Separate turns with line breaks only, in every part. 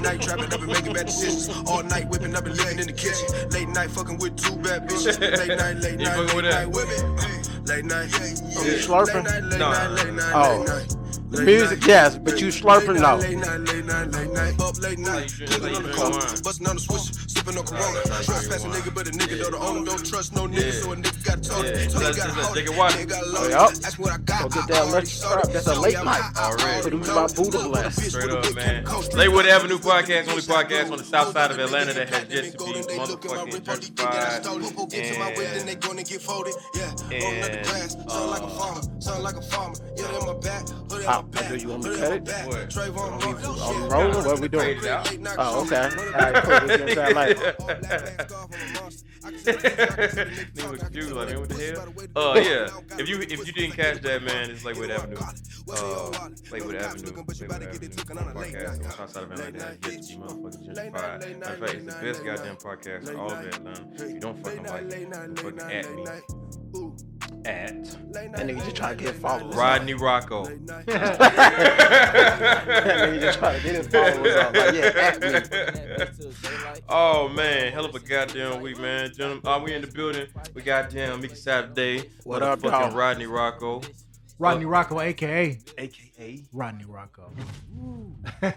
night trapping up and making bad decisions. All night whipping up and living in the kitchen. Late night fucking with two bad bitches. Late night, late
You
night,
fucking
late
with that?
night women. Late night, oh,
You slurping?
Late night, late
No.
night, late night,
Oh.
late night.
The
Late
music,
night.
yes, but you slurping,
Late
no.
night, Late night, late night, late night, up late night.
you drink-
Cooking
like
on the
you drink
coast,
wine.
busting on the switch, sipping on Corona.
that's how you
Trust
drink
past a
wine.
nigga, but a nigga don't own him. Don't trust no nigga, so a nigga got told him.
Yeah.
So you
That's-
gotta
that's-
hold
they
it.
can watch.
Yeah, gotta load
Yup.
it. That's what I got.
Go get
I
that
already
electric
sold it.
strap. That's a
So
late
yeah,
night.
I- I already
Already.
Produced by
loaded.
Buddha
Look,
Blast.
bitch with a
Straight up,
big
man.
coat.
Lakewood Avenue podcast, only podcast on the south side of Atlanta that has just been motherfucking gentrified.
and
And and, uh,
How- how do Ah, you want me to cut it?
What?
oh,
I'm rolling. What we doing?
Fade it out.
Oh, okay. All right, cool. We just got like,
Nigga was confused, like, man, what the hell? Uh, yeah. If you if you didn't catch that, man, it's Lakewood Avenue. Uh, Lakewood Avenue. Lakewood Avenue. Podcast on the south side of Atlanta that has just been motherfucking gentrified. Matter of fact, it's the best goddamn podcast in all of Atlanta. If you don't fucking like it, then fucking at me. At
that nigga just trying to get followers.
Rodney Rocco.
That nigga just trying to get his followers up. Like, yeah, at me.
Oh man, hell of a goddamn week, man. Gentlemen, uh, we in the building. We goddamn Mickey Saturday.
What up,
Motherfucking
dawg?
Rodney Rocco,
Rodney Rocco, aka
aka
Rodney Rocco.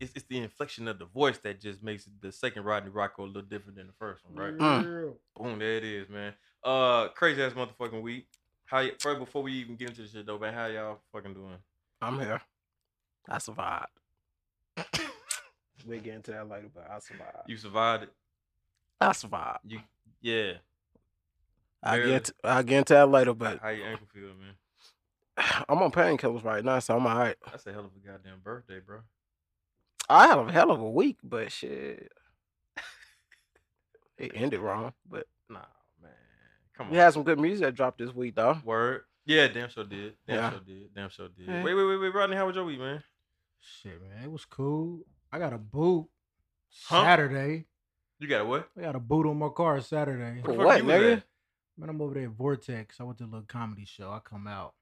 it's, it's the inflection of the voice that just makes the second Rodney Rocco a little different than the first one, right?
Mm,
Boom, there it is, man. Uh, crazy ass motherfucking week. How y- first before we even get into this shit though, man? How y'all fucking doing?
I'm here. I survived. we get into that later, but I survived.
You survived it.
I survived.
Yeah.
I
Barely.
get I get into that later, but
How your ankle feel, man?
I'm on painkillers right now, so I'm all right.
That's a hell of a goddamn birthday, bro.
I had a hell of a week, but shit, it ended wrong. But
Nah, man. Come on.
we had some good music that dropped this week, though.
Word. Yeah, damn sure did. Damn
Yeah.
sure did. Damn sure did.
Yeah.
Wait, wait, wait, wait, Rodney, how was your week, man?
Shit, man, it was cool. I got a boot
Huh?
Saturday.
You got a what?
I got a boot on my car Saturday.
Where the fuck
What,
you was
nigga?
at?
Man, I'm over there at Vortex. I went to a little comedy show. I come out.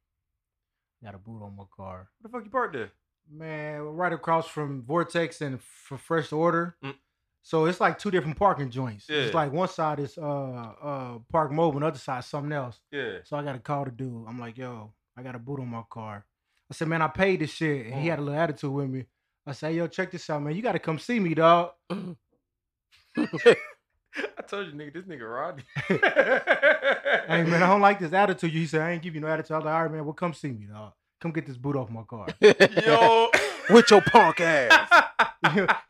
Got a boot on my car.
What the fuck you parked there?
Man, right across from Vortex and for Fresh Order.
Mm.
So it's like two different parking joints. It's
Yeah.
like one side is uh uh Park Mobile, and the other side is something else.
Yeah.
So I got a call to do. I'm like, yo, I got a boot on my car. I said, man, I paid this shit. And
Oh.
he had a little attitude with me. I said, yo, check this out, man. You got to come see me, dog.
I told you, nigga, this nigga Rodney.
Hey, man, I don't like this attitude. He said, I ain't give you no attitude. I was like, all right, man, well, come see me, dog. Come get this boot off my car.
Yo.
With your punk ass.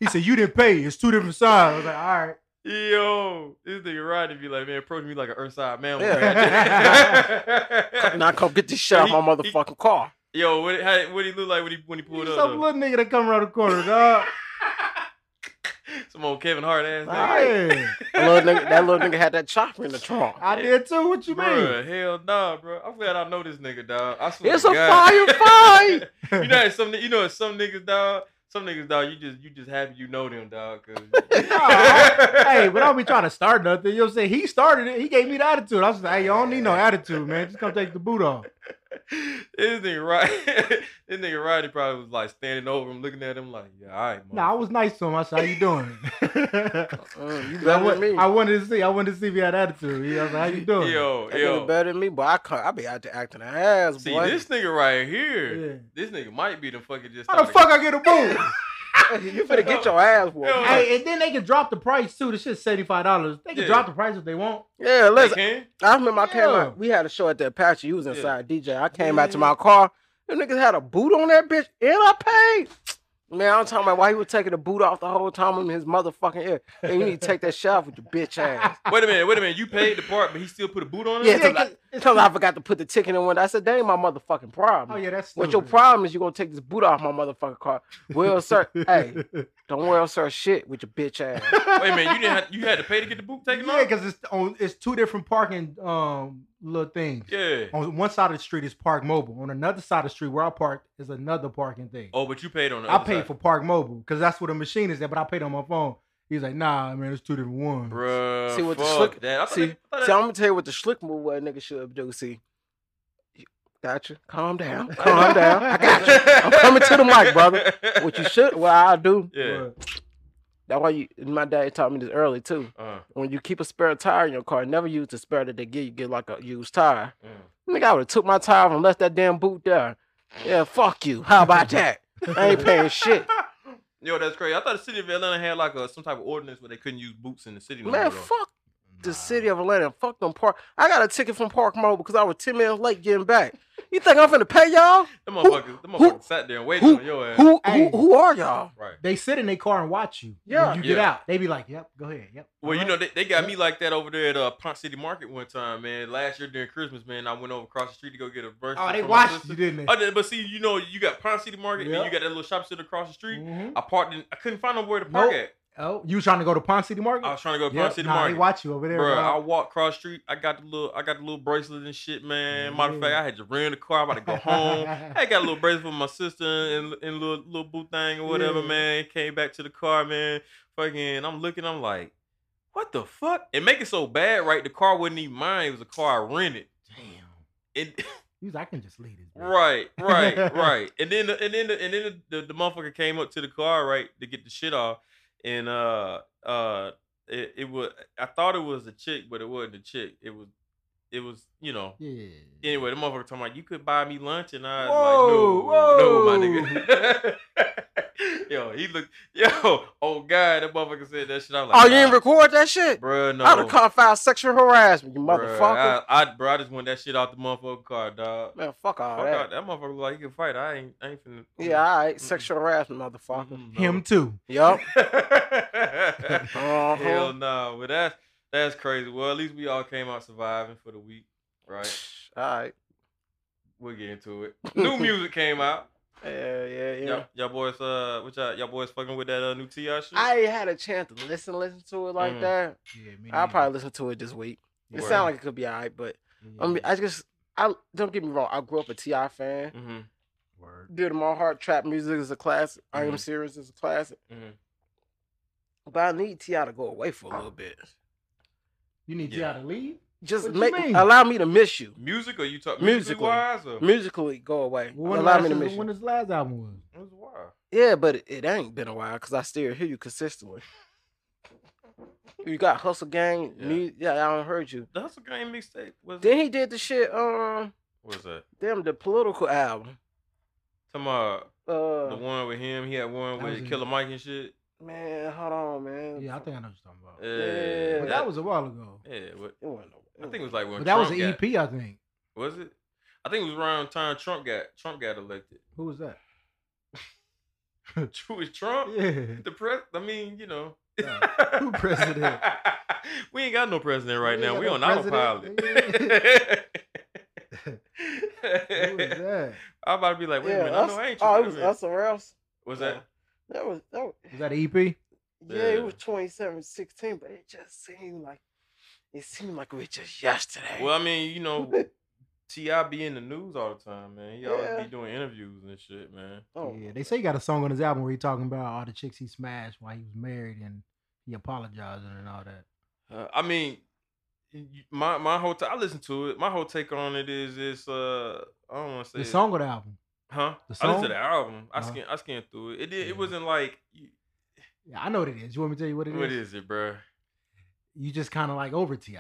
he said, you didn't pay. It's two different sides. I was like, all right.
Yo. This nigga Rodney be like, man, approach me like an Earthside man.
Yeah. now come get this shit out of my
He- he-
motherfucking car.
Yo, what, how, what he look like when he when he
You
pulled up?
some
though?
little nigga that come around the corner, dog.
Some old Kevin Hart ass nigga.
All right.
Yeah.
That little nigga, that little nigga had that chopper in the trunk.
I did too. What you mean?
Bruh, hell nah, bro. I'm glad I know this nigga, dog. I swear
It's
to
a
God.
fire fight.
you know, it's some you know, it's some niggas, dog. Some niggas, dog. You just you just happy you know them, dog. Cause
hey, but I don't be trying to start nothing. You know what I'm saying? He started it. He gave me the attitude. I was like, hey, you don't need no attitude, man. Just come take the boot off.
this nigga right, this nigga Roddy probably was like standing over him, looking at him like, yeah, all right,
Nah, I was nice to him. I said, how you doing?
Mm, you
I,
better than
wa-
me.
I wanted to see. I wanted to see if he had attitude. He- I was like, how you doing?
yo,
That nigga
yo.
better than me, but I can't. I be out there acting an ass,
See
boy.
this nigga right here.
Yeah.
This nigga might be the fucking just.
How the fuck
started-
I get a boot?
you finna get your ass whooped.
Yo.
hey, and then they can drop the price too. This shit's seventy five dollars. They can
Yeah.
drop the price if they want.
Yeah,
They
listen.
can?
I remember I came
Yeah.
out. We had a show at the Apache. You was
Yeah.
inside DJ. I came out to
Yeah.
my car. Them niggas had a boot on that bitch, and I paid. Man, I'm talking about why he was taking the boot off the whole time in his motherfucking ear. And you need to take that shit off with your bitch ass.
Wait a minute, wait a minute. You paid the part, but he still put a boot on him.
Yeah,
Yeah,
because I,
'cause it's-
'cause I forgot to put the ticket in one. I said, that ain't my motherfucking problem.
Oh yeah, that's
What your problem is, you gonna take this boot off my motherfucking car. Well, sir, hey, don't worry, sir, shit with your bitch ass.
Wait a minute, you didn't. Have, you had to pay to get the boot taken
Yeah,
off.
because it's on. It's two different parking um little things.
Yeah.
On one side of the street is Park Mobile. On another side of the street where I parked is another parking thing.
Oh, but you paid on. The
I
other
paid
side.
for Park Mobile because that's where the machine is at. But I paid on my phone. He's like, nah, man, it's two different ones.
Bruh,
See what the
fuck
slick-
that. I thought
See,
that- I
see,
thought that-
I'm gonna tell you what the slick move was nigga should do. See, Gotcha. Calm down. Calm down. I got you. I'm coming to the mic, brother. What you should, what I do.
Yeah.
That's why you, my dad taught me this early too.
Uh,
When you keep a spare tire in your car, never use the spare that they give you. Get like a used tire.
mm.
Nigga, I would have took my tire off and left that damn boot there. Yeah, fuck you. How about that? I ain't paying shit.
Yo, that's crazy. I thought the city of Atlanta had like a some type of ordinance where they couldn't use boots in the city. no
Man,
more, though.
fuck the city of Atlanta. Fuck them park. I got a ticket from Park Mall because I was 10 minutes late getting back. You think I'm finna pay y'all?
Them motherfuckers, them
who-
motherfuckers sat there and waited
who-
on your ass.
Who who,
Hey.
who are y'all?
Right.
They sit in their car and watch you.
Yeah.
When you get
Yeah.
out. They be like, yep, go ahead. Yep.
Well, you
alright.
know, they, they got me like that over there at uh, Pont City Market one time, man. Last year during Christmas, man, I went over across the street to go get a burger.
Oh, they
for my
watched
sister.
you, didn't they?
Oh, then- but see, you know, you got Pond City Market, and then you
Yeah.
got that little shop center across the street.
Mhm.
I parked in, I couldn't find nowhere to park
Nope. Oh, you trying to go to Pond City Market?
at. I was trying to go to
Yep.
Pond City
nah,
Market.
they watch you over there.
Bro, I
dog.
walked cross street. I got the little, I got the little bracelet and shit, man. Matter of
Yeah.
fact, I had to rent the car. I'm about to go home. I got a little bracelet for my sister and and little little boo thing or whatever,
Yeah.
man. Came back to the car, man. Fucking, I'm looking. I'm like, what the fuck? And make it so bad, right? The car wasn't even mine. It was a car I rented.
Damn.
And
He was like, I can just leave this. bitch.
Right, right, right. And then the, and then the, and then the, the, the motherfucker came up to the car right to get the shit off, and uh uh it, it was I thought it was a chick, but it wasn't a chick. It was it was you know.
Yeah.
Anyway, the motherfucker talking about you could buy me lunch, and I
Whoa,
like no, no,
whoa.
my nigga. yo, he looked yo. Oh God, that motherfucker said that shit. I'm like,
Oh, you didn't
nah,
record that shit?
bruh, no,
I'd have caught filed sexual harassment, you
bruh,
motherfucker.
I, I, bro, I just want that shit out the motherfucking car, dog.
Man, fuck all
Fuck
that.
out. That motherfucker look like he can fight. I ain't, I ain't finna. Mm,
Yeah, all right.
Mm-mm.
Sexual harassment, motherfucker.
Mm-mm, no.
Him too.
Yup.
Hell
Uh-huh.
nah, but that's that's crazy. Well, at least we all came out surviving for the week, right?
All right.
We'll get into it. New music came out.
Yeah, yeah, yeah.
Y'all, y'all boys, uh, what y'all, y'all boys fucking with that uh, new Ti shit?
I ain't had a chance to listen, listen to it like
Mm-hmm.
Mm.
that.
Yeah, me
I'll
neither.
probably listen to it this week. It
Word.
sounds like it could be all right, but I mean,
Yeah.
I just, I don't get me wrong. I grew up a Ti fan.
Mm-hmm.
Mhm,
Word.
Dear to my heart, trap music is a classic. I am
Mm-hmm.
Mhm.
serious is a classic.
mhm.
But I need Ti to go away for a little bit.
You need
Yeah.
y'all to leave?
Just
What you
make
mean?
allow me to miss you
Music or you talk music
Musically.
wise or it
musically. Go away.
When,
allow
last,
me to
is-
miss you.
when his last album was?
was wild.
Yeah, but it, it ain't been a while because I still hear you consistently. you got Hustle Gang,
Yeah.
yeah. yeah, I don't heard you.
The Hustle Game mixtape was
Then he did the shit, um,
what was that?
damn, the political album.
Tomorrow, the
Uh,
one with him, he had one
That was
with
in-
Killer Mike and shit.
man, hold on, man.
Yeah, I think I know what you're talking about.
Yeah,
Yeah.
But that was a while ago.
yeah. What,
It wasn't
I think it was like when
But that was
Trump
an E
got-
EP, I think.
Was it? I think it was around time Trump got Trump got elected.
Who was that?
True is Trump.
Yeah.
The press. I mean, you know.
Yeah. Who president?
we ain't got no president right
We ain't
now.
got
We
no
on
president.
autopilot.
Who was that?
I'm about to be like, wait
yeah,
a minute.
us,
I know I ain't.
oh,
Trump.
it was
Wait a minute.
us or else.
Was that?
That was that. Was,
Was that an E EP?
yeah, it
Yeah.
was 27, 16, but it just seemed like it seemed like it was just yesterday.
Well, I mean, you know, Ti be in the news all the time, man. He always
Yeah.
be doing interviews and shit, man.
oh,
Yeah, they say he got a song on his album where he talking about all the chicks he smashed while he was married and he apologizing and all that.
Uh, I mean, y- y- my my whole t- I listen to it. My whole take on it is it's uh I don't want to say
The
it's-
song or the album?
Huh?
The
I listened
song?
to the album. I
Uh-huh.
scanned I scanned through it. It did,
Yeah.
it wasn't like you-
Yeah, I know what it is. You want me to tell you what it is?
what is it, bro?
You just kind of like over Ti.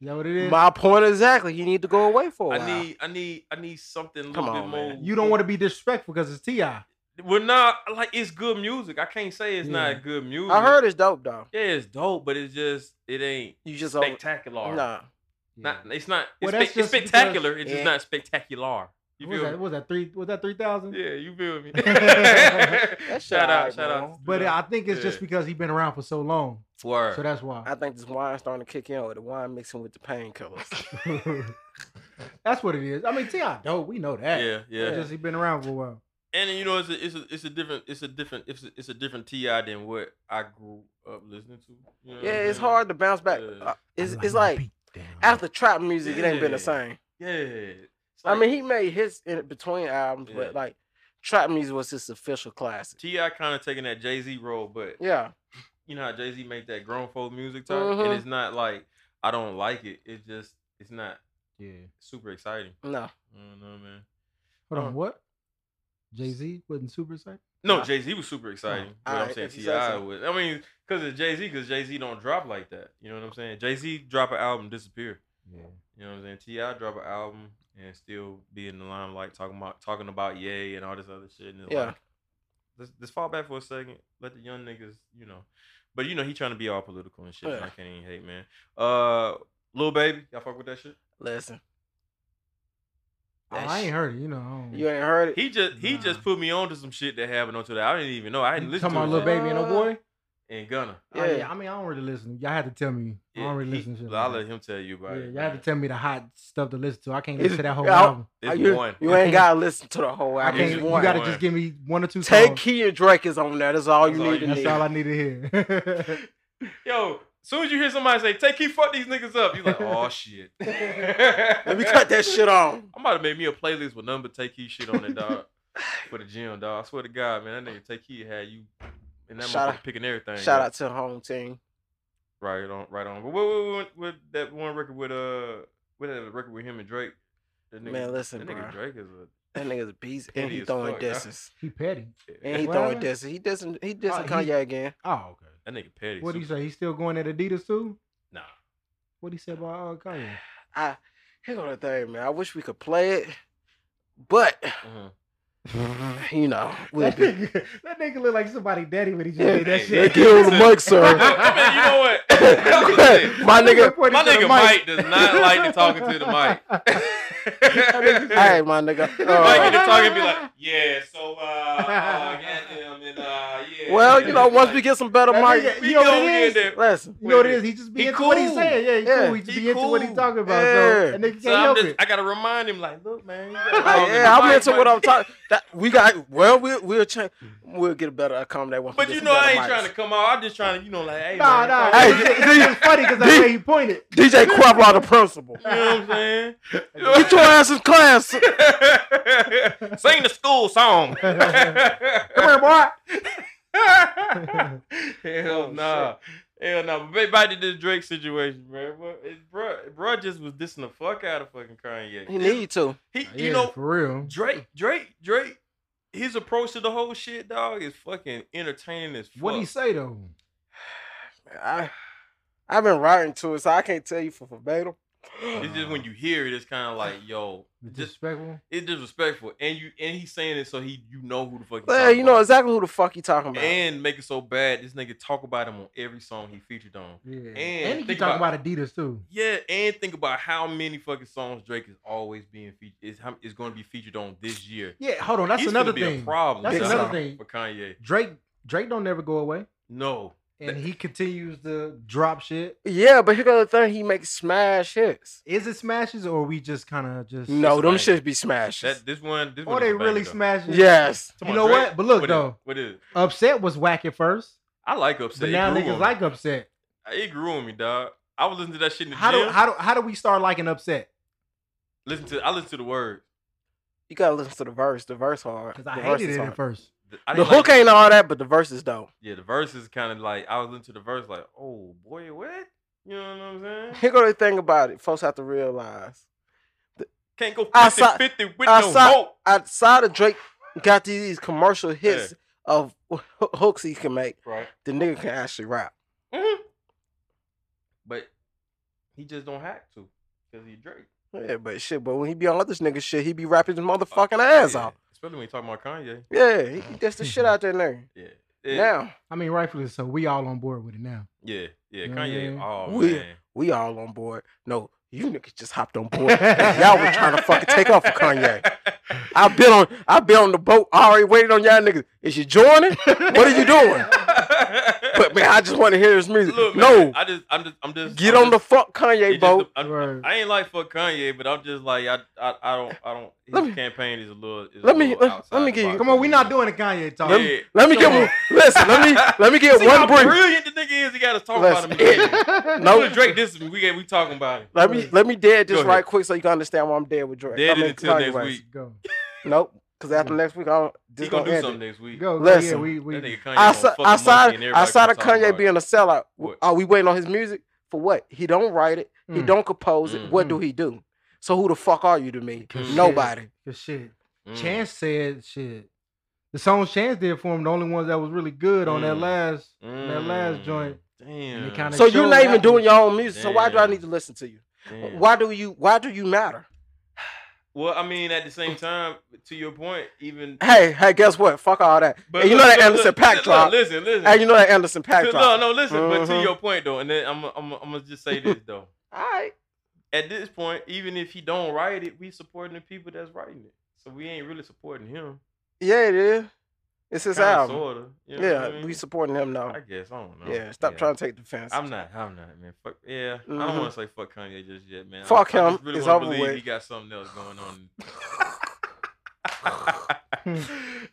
Is that what it is?
my point exactly. You need to go away for a
I
while.
need I need I need something a
Oh, Come
little bit
on,
more.
man.
you don't want to be disrespectful because it's Ti.
to Well not like it's good music. I can't say it's
Yeah.
not good music.
I heard it's dope though.
Yeah, it's dope, but it's just it ain't
You just over,
spectacular.
nah.
Not, it's not
Well,
it's, spe- it's
that's just because-
spectacular, it's
Yeah.
just not spectacular. You
What was
feel
that?
me?
What was that three? Was that three thousand?
Yeah, you feel me?
shit
shout out,
alright,
shout
man.
out.
But uh, I think it's
Yeah.
just because he's been around for so long,
Word.
so that's why.
I think this wine starting to kick in with the wine mixing with the painkillers.
that's what it is. I mean, Ti dope. We know that.
yeah, yeah.
It's Just he been around for a while.
and you know it's a, it's a it's a different it's a different it's a, it's a different Ti than what I grew up listening to. You know what
yeah,
I'm
it's
saying?
hard to bounce back.
Yeah.
Uh, it's
I
it's
my
like
beat down.
after trap music, it ain't been the
Yeah.
same.
Yeah, it's
I
like
mean, he made his in between albums,
Yeah.
but like trap music was his official classic.
Ti kind of taking that Jay Z role, but
Yeah,
you know how Jay Z make that grown folk music type,
Mhm.
and it's not like I don't like it. It's just it's not
Yeah.
Super exciting.
No.
I don't know, man.
Hold
Huh.
on, what? Jay Z wasn't super excited.
No,
Nah.
Jay Z was super
Oh,
exciting. but
Alright,
I'm saying
if you say
Ti
so.
was. I mean, because it's Jay Z, because Jay Z don't drop like that. You know what I'm saying? Jay Z drop an album, disappear.
Yeah.
You know what I'm saying? Ti drop an album and still be in the limelight, talking about talking about yay and all this other shit. And it's
Yeah.
like, let's, let's fall back for a second. Let the young niggas, you know. But you know he trying to be all political and shit. and I
Yeah.
can't even hate, man. Uh, little baby, y'all fuck with that shit.
Listen.
Oh,
That
I
sh-
ain't heard it. You know. I don't-
You ain't heard it.
He just he
Nah.
just put me on to some shit that happened until that I didn't even know. I
You
didn't listen
talking
to
about little
little
shit.
baby and a boy.
baby and Gunna.
Oh,
Yeah.
yeah. I mean, I don't really listen. Y'all had to tell me. I
Yeah,
don't really
he-
listen to shit.
I'll
like
let
that.
him tell you about
Yeah,
it.
y'all had to tell me the hot stuff to listen to. I can't
It's-
listen to that whole
yeah, I-
album.
It's
you,
one.
you ain't gotta listen to the whole
I
album.
it's
can't. You
one.
gotta
One.
just give me one or two
Take
songs.
Key and Drake is on there. That's all
That's
you
all
need
you
to
need.
That's
hear.
all I need to hear.
Yo, soon as you hear somebody say, "Take he fuck these niggas up," you like, "Oh shit."
Let me cut that shit on.
I'm about to make me a playlist with number take he shit on it, dog. for the gym, dog. I swear to God, man, that nigga take he had you and that
Shout
motherfucker
out-
picking everything.
Shout
yo.
out to the home team.
Right on, right on. But what, what, what, what that one record with uh, what that record with him and Drake? That nigga,
Man, listen,
that nigga
bro.
Drake is a
That nigga's a beast, and
Petty
he
as
throwing
fuck, dog.
disses.
he petty.
And he
What
throwing
happened?
disses. He dissing. He dissing
uh, Oh,
Kanye
he-
again.
Oh, okay.
that nigga petty.
What do you
super-
say? He's still going at Adidas too.
Nah,
What he said about uh, Kanye?
I here go the thing, man. I wish we could play it, but
uh-huh.
you know we'll
that,
be.
nigga, that nigga look like somebody daddy when he just
Yeah,
did
hey,
They
that shit.
killed the mic, sir.
I mean, you know what? That's what I'm saying.
My nigga,
Pointed
My
to the
nigga Mike does not like to talking to the mic.
hey, my nigga.
Mike
Uh,
get to talk and be like, yeah, so, uh, uh, goddamn, and, uh, yeah.
well, you know, once we get some better
That
mic,
nigga-
we
you know
go
what it
in
is?
there.
listen.
You know what it
Wait,
is? He just be
he
into what he's
cool.
saying. Yeah, he
Yeah,
cool. He just
he
be into what he's
cool.
talking about.
Yeah.
So that nigga can't
So I'm
help
just,
it.
I gotta remind him, like, look, man. You
Hey,
gotta
Oh, yeah, I'm
Mike,
into
Mike.
what I'm talking. That we got. Well, we'll we'll change. We'll get a better accommodate one.
Mm. But you know, I ain't trying to come out. I'm just trying to, you know, like, hey,
Nah,
man,
nah.
fuck
Hey,
Hey,
it.
it's just funny because that's
D-
where he pointed.
DJ Quavlaw, the principal.
you know what I'm saying?
Get your ass in class.
Sing the school song.
Come here, boy.
Hell
Oh,
nah. Hell nah. But back- back to this Drake situation, man. But it, bruh, bruh just was dissing the fuck out of fucking Kanye.
He need to.
He, you
Yeah,
know,
for real.
Drake, Drake, Drake, his approach to the whole shit, dog, is fucking entertaining as fuck.
What he say though?
I I've been writing to it, so I can't tell you for verbatim.
It's just when you hear it, it's kind of like, yo, just
Disrespectful.
it's disrespectful, and you and he's saying it so he you know who the fuck. he
Yeah,
talking
you know
about.
exactly who the fuck you talking about.
And make it so bad, this nigga talk about him on every song he featured on.
Yeah. And, he
think
keep talking
about-
about Adidas too.
Yeah, and think about how many fucking songs Drake is always being featured is how- is going to be featured on this year.
Yeah, hold on. That's
He's
another
gonna be
thing.
A problem.
That's
dog,
another thing.
for Kanye.
Drake Drake don't never go away,
No,
and he continues to drop shit.
yeah, but here go the thing, he makes smash hits.
Is it smashes or we just kind of just
No, them
amazing.
shits be smashes.
that this one. This
Or
one
they
is a banger,
really
though.
smashing?
yes.
Come
You
on,
know
Drake,
what? But look
what is-
though,
what is?
upset was whack at first,
I like
but
upset. it
now
grew
niggas
on
like upset.
me. it grew on me, dog. I was listening to that shit in the
How
gym.
do how do how do we start liking upset?
listen to I listened to the word.
You gotta listen to the verse. The verse hard.
Because I
the verse
hated
is
it
hard.
at first.
The, I
The
didn't like-
hook ain't all that, but the verses don't.
yeah, the verse is kind of like I was listening to the verse like, oh boy, what? You know what I'm saying?
Here go the thing about it. Folks have to realize
Can't go 50
Outside-
50 with
outside-
no hope.
outside of Drake got these, these commercial hits of h- hooks he can make.
Right.
The nigga can actually rap.
Mm-hmm.
hmm But he just don't have to because he Drake.
Yeah, but shit. But when he be on other nigga shit, he be rapping his motherfucking ass
Oh, Yeah,
off.
Especially when you talking about Kanye.
Yeah, he can diss the shit out that nigga.
Yeah. Yeah.
Now
I mean, rightfully so. We all on board with it now.
Yeah. Yeah.
Yeah,
Kanye.
yeah.
Oh
We-
man.
we all on board. No, you niggas just hopped on board. And y'all was trying to fucking take off for Kanye. I've been on I've been on the boat already waiting on y'all niggas. Is you joining? What are you doing? But man, I just want to hear his music.
Look, man,
no.
I just, I'm just, I'm just.
Get
I'm
on the
just,
fuck
it
Kanye
just-
boat.
I'm-
Right.
I ain't like fuck Kanye, but I'm just like I, I, I don't, I don't. His
Let me-
campaign is a little. Is
let
a
me-
little
let-
outside
let me
the
give you-
box
Come on,
for
we
me.
not doing the Kanye talk.
Let me let me get
Come
one.
on.
Listen, let me let me get
See
one
how
brief.
brilliant the nigga is. He got us talking
Listen.
about him. again.
No.
Even Drake this we we talking about it.
Let me let me dead this
Go
right
ahead.
quick so you can understand why I'm dead with Drake.
Dead
I mean,
it until
Kanye
next
West.
week. Mm-hmm.
Go.
Nope. Cause after next week, I'm
He
just
gonna
gonna
do
end
something
it.
next week.
Go. Listen.
Listen.
Yeah, we, we,
That nigga Kanye gonna
Outside,
fuck the monkey
outside,
and everybody gonna
outside of
talk about
Kanye
it.
being a sellout, w-
What?
are we waiting on his music for what? He don't write it. He
Mm.
don't compose it. What
Mm.
do he do? So who the fuck are you to me?
Cause
Nobody.
shit, Cause shit.
Mm.
Chance said shit. The songs Chance did for him, the only ones that was really good on that
Mm.
last that last joint.
Damn.
kinda-
So you're
Joe
not even
Allen.
doing your own music. So why do I
Damn.
need to listen to you?
Damn.
Why do you? Why do you matter?
Well, I mean, at the same time, to your point, even.
Hey, hey, guess what? Fuck all that. and you
look,
know that
look,
Anderson
look,
Pack
look,
drop.
Listen, listen.
Hey, you know that Anderson Pack
To-
drop.
No, no, listen. But to
Mhm.
your point though, and then I'm I'm I'm gonna just say this though.
All right.
At this point, even if he don't write it, we supporting the people that's writing it. So we ain't really supporting him.
Yeah, it is. It's his
Kinda,
album.
Sorta, you know
yeah,
what I mean?
we supporting him now.
I guess I don't know.
yeah, stop trying to take defense.
I'm not. I'm not, man. Fuck. Yeah, I don't
Mhm.
want to say fuck Kanye just yet, man. I-
Fuck
I,
him.
just really
It's
wanna
over
believe
with.
He got something else going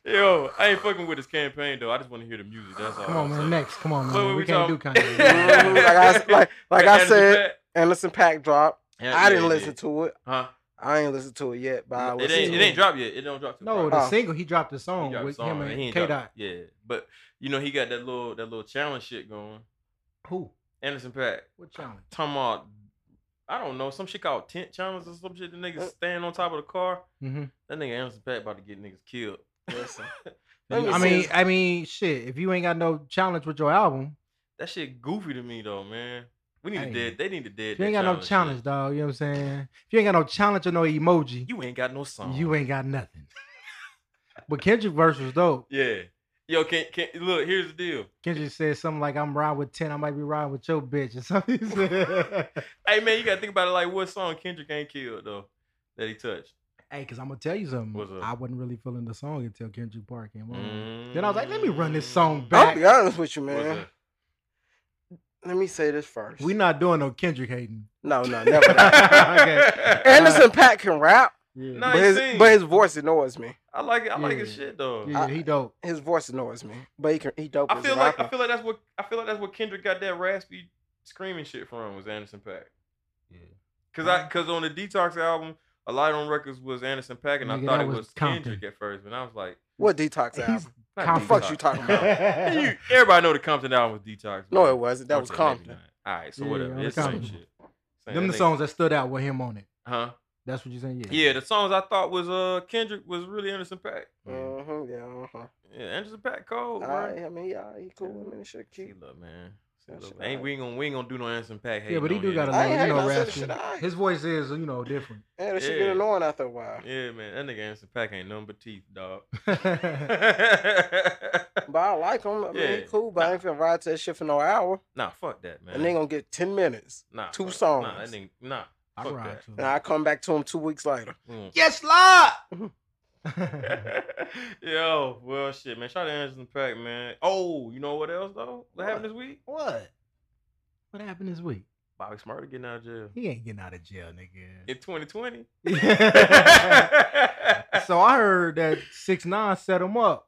on. Yo, I ain't fucking with his campaign though. I just want to hear the music. Oh, That's all.
Come on,
I'm
man.
saying.
Next, come on,
What
man.
we
We, can't do
talking-
Kanye. man.
Mhm. like I, s- like, like I
Anderson
said,
Paak?
Anderson Pack drop.
Yeah,
I
yeah,
didn't
yeah.
listen to it.
Huh?
I ain't listened to it yet, but I
It
was
ain't. It ain't dropped yet. It don't drop. till
no,
Friday.
the
Oh.
single he dropped the song
He dropped a
with
song,
him
and he
and
ain't
K Dot.
dropped- Yeah, but you know he got that little that little challenge shit going.
Who?
Anderson Pack
What challenge?
talking about I don't know some shit called tent challenge or some shit. The
Uh,
niggas stand on top of the car.
Mm-hmm.
That nigga Anderson Pack about to get niggas killed.
Listen. Let me
I
see.
mean, I mean, shit. If you ain't got no challenge with your album,
that shit goofy to me though, man. We need to
Hey.
dead. They need to dead.
if you
that
ain't got no
shit.
challenge, dog. You know what I'm saying? If you ain't got no challenge or no emoji,
You ain't got no song.
you ain't got nothing. but Kendrick verse was dope.
Yeah. Yo, can can look? Here's the deal.
Kendrick said something like, "I'm riding with ten. I might be riding with your bitch." Or something. He said.
Hey man, you gotta think about it. Like, what song Kendrick ain't killed though that he touched?
hey, because I'm gonna tell you something.
What's up? Mm.
I wasn't really feeling the song until Kendrick Park came on. Mm. Then I was like, let me run this song back.
I'll be honest with you,
What's
man.
that?
Let me say this first.
We not doing no Kendrick hating.
no, no, never. that.
Okay.
Anderson Pack can rap,
Nah,
Yeah,
but
he
his,
sings.
but his voice annoys me.
I like it. I like his
Yeah.
shit though.
yeah he dope.
His voice annoys me, but he can he dope.
I
as
feel
a
like I
rapper.
feel like that's what I feel like that's what Kendrick got that raspy screaming shit from was Anderson Pack.
Yeah.
Cause I cause on the Detox album, a lot of them records was Anderson Pack, and I
Nigga,
thought
that
it
was
was
Compton.
Kendrick at first, but I was like,
what detox album?
He's
not
Compton.
fuck
Detox.
you talking about?
And you, everybody know the Compton album was Detox.
No,
man.
it wasn't. That was
Okay, maybe
Compton.
not. All right, so
Yeah,
whatever.
on the
It's the same
Compton.
shit. Same-
Them
I
the
think-
songs that stood out with him on it.
huh?
That's what you're saying. Yeah.
Yeah, the songs I thought was uh Kendrick was really Anderson Pack.
Mhm, yeah, uh-huh.
Yeah, Anderson Pack cold,
I,
right?
I mean, yeah, he cool. I mean, this shit
See,
cute.
look, man. See,
That
look,
shit
ain't
aight.
we ain't gonna we ain't gonna do no Anderson Pack.
Yeah, but he do got a
I
little,
ain't
you
hating,
know,
I said
rap
the
shit.
shit I-
His voice is, you know, different.
Yeah, that shit
Yeah.
get annoying after a while.
Yeah, man, that nigga Anderson Pack ain't nothing but teeth, dog.
But I like him. I mean, he
Yeah.
cool, but I ain't finna ride to that shit for no hour.
nah, fuck that, man.
And they gonna get ten minutes.
nah,
two
fuck-
songs.
Nah, that nigga, nah.
I
fuck
ride
that.
to
And I come back to him two weeks later.
Mm.
Yes, Lord.
Yo, well, shit, man. Shout out to Anderson Pack, man. Oh, you know what else though? What, happened this week?
what? What happened this week?
Bobby Smurda getting out of jail
He ain't getting out of jail,
in 2020.
nigga. so I heard that six nine set him up.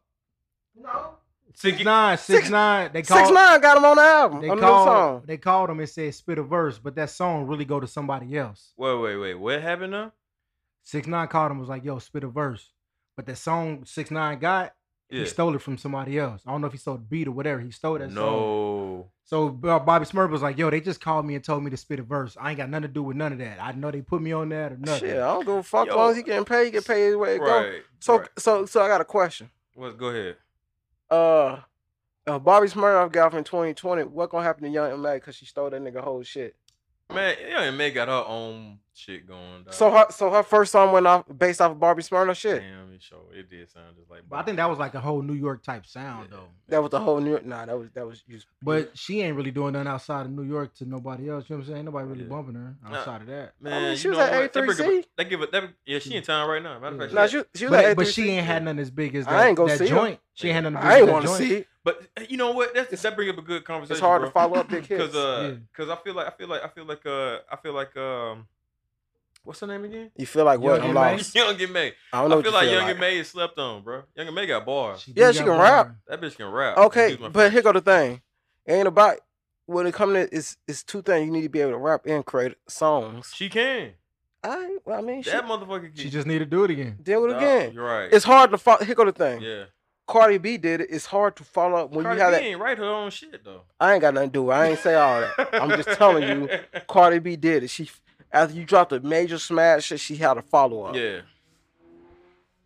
Six nine, six
Six-
nine. They
Six
called.
nine got him on the album.
They
on the new
called,
song.
they called him and said spit a verse, but that song really go to somebody else.
wait, wait, wait. What happened now?
Six nine called him was like, "Yo, spit a verse," but that song Six Nine got,
Yeah.
he stole it from somebody else. I don't know if he stole the beat or whatever. He stole that song.
no.
So Bo- Bobby Smurf was like, "Yo, they just called me and told me to spit a verse. I ain't got nothing to do with none of that. I know they put me on that or nothing."
Shit, I don't give a fuck. As
Yo.
long as he getting paid, he get paid his way it go.
Right.
So,
right.
so, so I got a question.
What- go ahead.
Uh, uh Bobby Smurdoff got off in 2020. What gonna happen to Young Ma because she stole that nigga whole shit?
Man, Young May got her own shit going. Dog.
So her, so her first song went off based off of Bobby Smurdoff shit.
Damn, it sure it did sound just like.
But I think that was like a whole New York type sound
Yeah.
though.
That was the whole New York. Nah, that was that was. You,
But she ain't really doing nothing outside of New York to nobody else. You know what I'm saying? Nobody really
Yeah.
bumping her
Nah.
outside of that.
man,
mean, she
you
was
know
at
what? That bring
A3C.
up- That give it. That yeah, she in town right now. Matter of fact,
Mm. nah,
she
she, she was
But,
at
but
A3C.
she ain't had nothing as big as that,
I ain't gonna
that
see her.
joint. She ain't had nothing. as
I
big
ain't
as
want to
that joint.
see. it.
But uh, you know what? That's that brings up a good conversation.
It's hard
bro.
to follow up big hits.
because uh,
Yeah.
because I feel like I feel like I feel like uh, I feel like um, what's her name again?
you feel like what?
Young
I'm
Ma.
lost.
Young and May.
I don't know.
I
what
feel
you
like
feel
Young
like.
and May is slept on, bro. Young and May got bars.
do
Yeah, she
got
can
one
rap.
arm.
That bitch can rap.
Okay,
Excuse my
but
French.
here go the thing. It ain't about when it come to it's it's two things. You need to be able to rap and create songs.
she can.
I well, I mean, she
That motherfucker can.
She just need to do it again.
deal with it
Nah,
again.
You're right.
It's hard to follow. Here go the thing.
yeah.
Cardi B did it. It's hard to follow up when
Cardi
you have
B
that.
ain't write her own shit though.
I ain't got nothing to do. with it. I ain't say all that. I'm just telling you, Cardi B did it. She after you dropped a major smash, she had a follow up.
Yeah.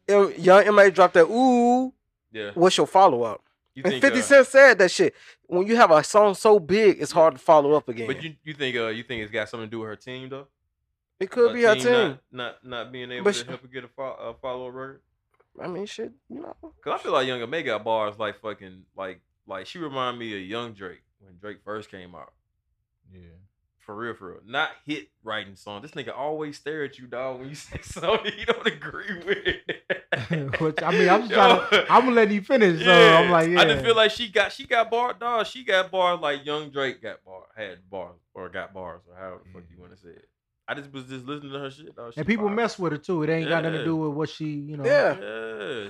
M- Young MA dropped that. Ooh,
Yeah.
what's your follow up?
You
And Fifty
uh,
Cent said that shit. When you have a song so big, it's hard to follow up again.
But you you think uh you think it's got something to do with her team though?
it could be her team.
Not, not not being able
But
to
sh-
help her get a, fo- a follow up record.
I mean, shit, you know.
Cause I feel like Young May got bars like fucking like like she remind me of Young Drake when Drake first came out.
Yeah.
For real, for real. Not hit writing song. This nigga always stare at you, dog, when you say something he don't agree with.
Which, I mean, I'm just
Yo.
trying to. I'm gonna let you finish. So I'm like, yeah.
I just feel like she got she got bar dog. She got bars like Young Drake got bar had bars or got bars or however the fuck you want to say it. I just was just listening to her shit. Dog.
Mm. and people mess with her too. It ain't got nothing
Yeah.
to do with what she, you know.
Yeah.
Yeah.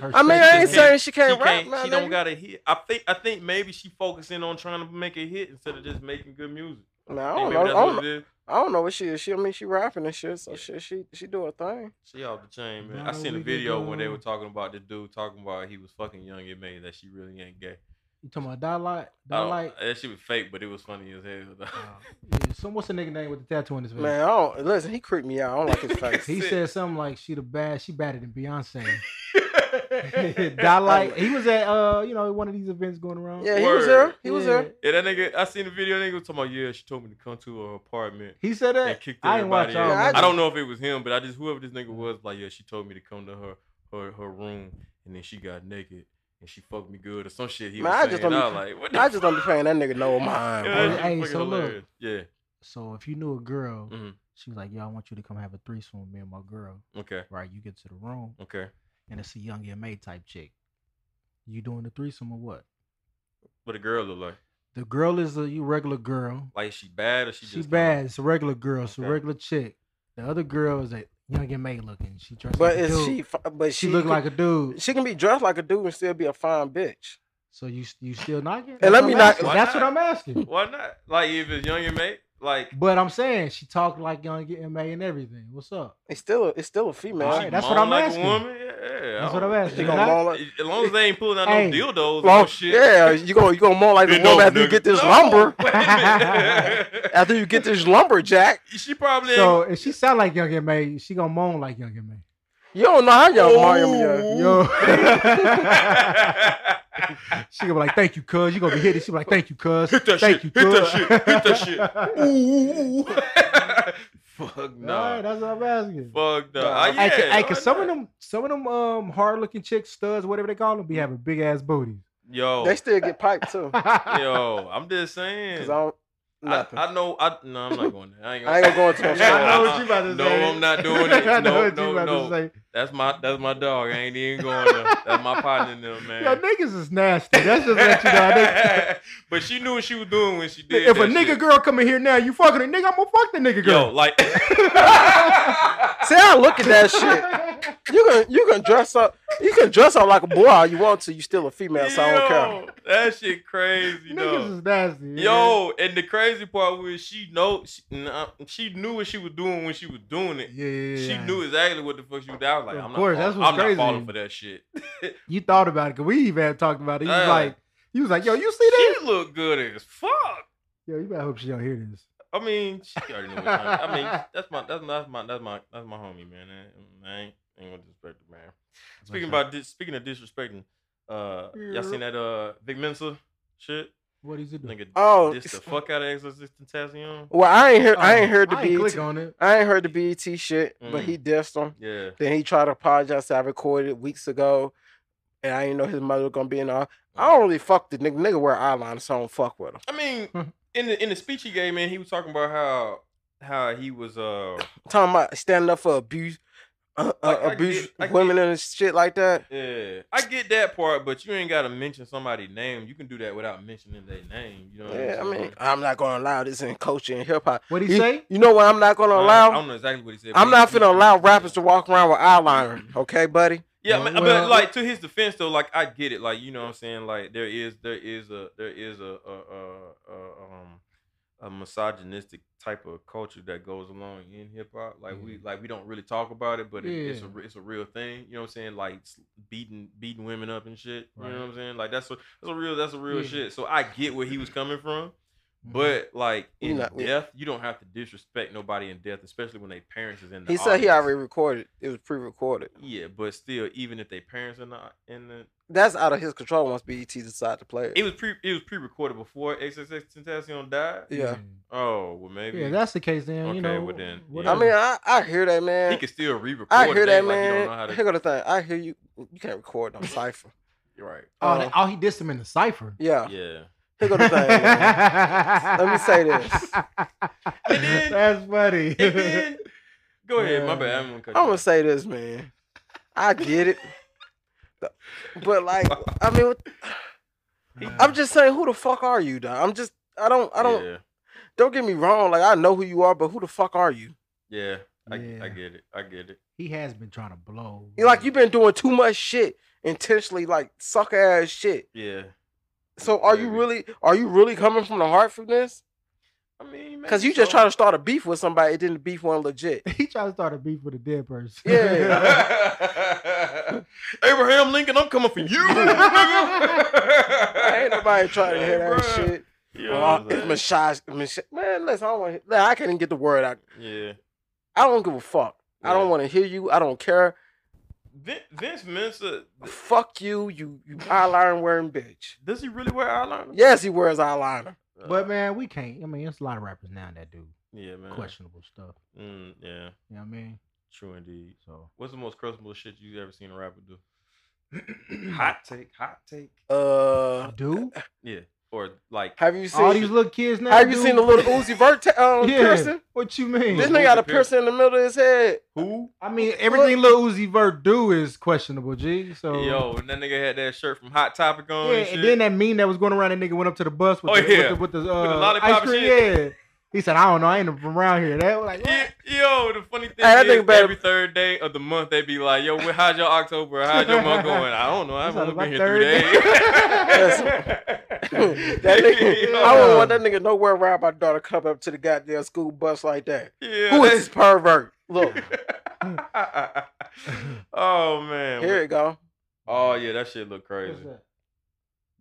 Her
I mean, I ain't
She
saying she
she
can't rap,
can't.
man.
she don't
nigga.
got a hit. I think. I think maybe she focusing on trying to make a hit instead of just making good music.
Man, I
Oh,
don't know.
I think maybe
I
that's
don't,
what it is.
I don't know what she is. She, I mean, she rapping and shit, so shit, she she do her thing.
She off the chain, man.
Now
I
that
seen a
we get
video when they
done-
were talking about this dude talking about he was fucking young and made that she really ain't gay.
You talking about Die Light?
I
Die
don't-
Light?
that shit was fake, but it was funny as hell. though.
Uh, yeah, some, what's the nigga name with the tattoo on his face?
Man, I don't listen. He creeped me out. I don't like his face.
He
Sick.
said something like she the bad, she badder than Beyonce. Die Light. He was at uh, you know, one of these events going around.
yeah, he was there. He was there.
Yeah, that nigga. I seen the video. Nigga was talking about. Yeah, she told me to come to her apartment.
He said
and
that.
kicked
I ain't watch
everybody.
Mm-hmm. all.
out.
Yeah,
of
I
it.
don't know if it was him, but I just whoever this nigga was, like, yeah, she told me to come to her her her room, and then she got naked and she fucked me good or some shit. He
Man,
was
I
saying,
just
and
don't
I was
be-
like, what the
I just don't be paying that nigga no mind.
Yeah, that
bro.
shit
Hey,
was fucking
so look.
hilarious. Yeah.
So if you knew a girl,
Mm-hmm.
Mhm.
she was like, "Yo, I want you to come have a threesome with me and my girl."
Okay.
Right? You get to the room
Okay.
and it's a young MA type chick. You doing the threesome or what?
What a girl look like?
The girl is a you regular girl.
Like is she bad or she
She,
just kinda-
bad. It's a regular girl. It's a
Okay.
regular chick. The other girl is a young and May looking. She dressed
But
like a
is
dude.
she? fi- But
she,
she,
look
could-
like a dude.
she can be dressed like a dude and still be a fine bitch.
So you you still knocking?
And let me not-
Asking.
Why
That's what
not?
I'm asking.
Why not? Like if it's young and mate, like
But I'm saying she talked like young and May and everything. What's up?
It's still a, it's still a female.
she
Alright, that's what
moan
I'm
like
asking.
A woman? Yeah, yeah, I
That's
don't-
what I'm asking.
She
Can
gonna
I-
long like,
As long as they ain't pulling out
Hey.
no dildos
long,
and shit.
yeah. You gonna you gonna more like the
Bend over,
woman after you
nigga.
get this
No!
lumber.
Wait a minute.
After you get this lumberjack,
she probably
So
ain't-
if she sound like young and May, she gonna moan like young and May.
you don't know how young Mario.
Ooh.
Yo, she gonna be like, "Thank you, cuz." You gonna be hitting. She be like, "Thank you, cuz."
Hit that
Thank
shit,
you,
hit that
cuz.
shit, hit that shit.
All
Ooh. Fuck no.
right, that's what I'm asking.
Fuck no.
Nah.
Ah,
Hey, can,
yeah,
hey,
why
can some of
not?
them, some of them, um, hard looking chicks, studs, whatever they call them, be having big ass booties.
Yo,
They still get piped too.
yo, I'm just
Cause I
saying. I,
don't nothing.
I know. I no, I'm not going there. I ain't
I ain't gonna go into no
I know
story.
what you about to
uh-uh. No,
say.
I'm not doing it.
I know
No,
what
no,
you about
no.
to say.
That's my that's my dog. I ain't even going there. That's my partner in there, man.
Yo, niggas is nasty. That's just what you know. They-
but she knew what she was doing when she did.
if a
that
nigga
shit.
girl come in here now, you fucking a nigga, I'm gonna fuck the nigga
yo,
girl.
like,
See, I look at that shit. You can you can dress up. You can dress up like a boy all you want to. You still a female, so I don't care.
Yo, that shit crazy,
Niggas
though.
is nasty. man.
Yo,
Mm-hmm.
and the crazy part was she know she, nah, she knew what she was doing when she was doing it.
Yeah, yeah,
She
yeah.
knew exactly what the fuck she was. doing. I was like,
Of
I'm
course,
not.
that's
falling-
what's
I'm
crazy.
not falling for that shit.
You thought about it. Cause we even had talked about it. You was
Yeah.
like, you was like, yo, you see that?
she looked good as fuck.
Yo, you better hope she don't hear this.
I mean, she already knew. What time. I mean, that's my that's my that's my that's my that's my homie, man. I, I ain't, ain't gonna disrespect the man. Speaking about this, speaking of disrespecting, uh, y'all seen that uh Vic Mensa shit?
what is it doing?
Nigga,
Oh.
this the fuck out of Exorcist and Tentacion.
Well, I ain't heard. I ain't heard the E
Oh, I ain't click
BET.
on it.
I ain't heard the BET shit. But
Mm.
he dissed him.
Yeah.
Then he tried to apologize. Said, I recorded weeks ago, and I didn't know his mother was gonna be in. All. I
Mm.
don't really fuck the nigga. Nigga wear eyeliner, so I don't fuck with him.
I mean,
Hmm.
in the in the speech he gave, man, he was talking about how how he was uh
talking about standing up for abuse, uh, uh,
Like, I
abuse
get- I get-
women and shit like that.
yeah. I get that part, but you ain't gotta mention somebody's name. You can do that without mentioning their name. You know? What
Yeah, I
I'm saying?
mean, I'm not gonna allow this in culture and hip hop.
What'd he
You-
say?
You know what? I'm not gonna
Uh, I
allow.
don't know exactly what he said.
I'm
but
not
he-
finna allow rappers to walk around with
Mm.
eyeliner. Okay, buddy.
Yeah,
Well,
man,
well-
but like to his defense though, like I get it. Like you know what I'm saying. Like there is there is a there is a a, a, a um a misogynistic type of culture that goes along in hip hop. Like we like we don't really talk about it, but it, it's a
Mm-hmm. Yeah.
re- it's a real thing. You know what I'm saying? Like s- beating beating women up and shit. You
Right.
know what I'm saying? Like that's a that's a real that's a real
Yeah. Mm-hmm.
shit. So I get where he was coming from, But like
We
in
not- we-
death, you don't have to disrespect nobody in death, especially when their parents is in the
He said he
audience.
already recorded. It was pre-recorded.
Yeah, but still, even if their parents are not in the
That's out of his control once BET decided to play it.
it was pre it was pre recorded before XXX Tentacion died.
yeah.
Oh well maybe
Yeah, that's the case then.
Okay,
you know,
well then,
what
yeah.
I
else?
mean, I, I hear that,
he
man.
could still re record
I hear that,
Like, you
man.
don't know how
Here
to
go the thing. I hear you. You can't record on Cypher.
You're right.
oh,
uh,
that- oh, he did him in the cipher.
Yeah.
Yeah.
Here go the thing. man.
Let
me say this.
And then-
That's funny.
And then go ahead, my
Yeah.
bad. I'm gonna cut
I'm
you
gonna
off.
say this, man. I get it, The- but like, I mean, what- I'm just saying, who the fuck are you, dog? I'm just, I don't, I don't.
Yeah,
Don't get me wrong. Like, I know who you are, but who the fuck are you?
yeah. I,
Yeah.
I get it. I get it.
he has been trying to blow.
You
Mm.
like, you've been doing too much shit intentionally, like sucker ass shit.
Yeah.
So, are you
Maybe.
really, are you really coming from the heart from this?
I mean,
Because
maybe
you just
so.
try to start a beef with somebody, it didn't beef one legit.
He tried to start a beef with a dead person.
Yeah.
Abraham Lincoln, I'm coming for you. nigga.
Ain't nobody trying to hear that
Bruh.
shit.
You know
Oh,
what I'm
it's massage, massage. Man, listen, I don't want. I can't even get the word out.
saying? yeah.
I don't give a fuck. I
Yeah.
don't want to hear you. I don't care.
Vin- Vince Mensa,
Fuck you, you, you eyeliner wearing bitch.
does he really wear eyeliner?
Yes, he wears eyeliner.
Uh,
But man, we can't. I mean, it's a lot of rappers now that do
yeah, man.
questionable stuff.
Mm, yeah,
You know what I mean?
true indeed.
So
What's the most questionable shit you ever seen a rapper do? hot take, hot take.
Uh,
do
Yeah, or like
have you
all these
seen?
little kids now?
Have you
do-
seen the little Uzi Vert um,
Yeah.
piercing?
What you mean?
This
Little
nigga got
Uzi
a piercing in the middle of his head.
who?
I mean, everything Lil Uzi Vert do is questionable, G. So
Yo, and that nigga had that shirt from Hot Topic on.
yeah,
and, shit.
and then that meme that was going around, that nigga went up to the bus with
Oh,
the,
yeah.
with the, with the,
the
uh,
lollipop
ice cream.
shit.
Yeah, he said, "I don't know, I ain't from around here." That was like,
Yeah, yo, the funny thing
I
is,
think about-
every third day of the month, they be like, yo, wh- how's your October? How's your month going? I don't know. I
It's
haven't
like
been here
my
three days.
That nigga, I wouldn't
Yeah.
want that nigga nowhere around my daughter come up to the goddamn school bus like that.
yeah,
Who is this pervert? Look,
that's- oh, man.
here you go.
Oh, yeah, that shit look crazy.
What's that?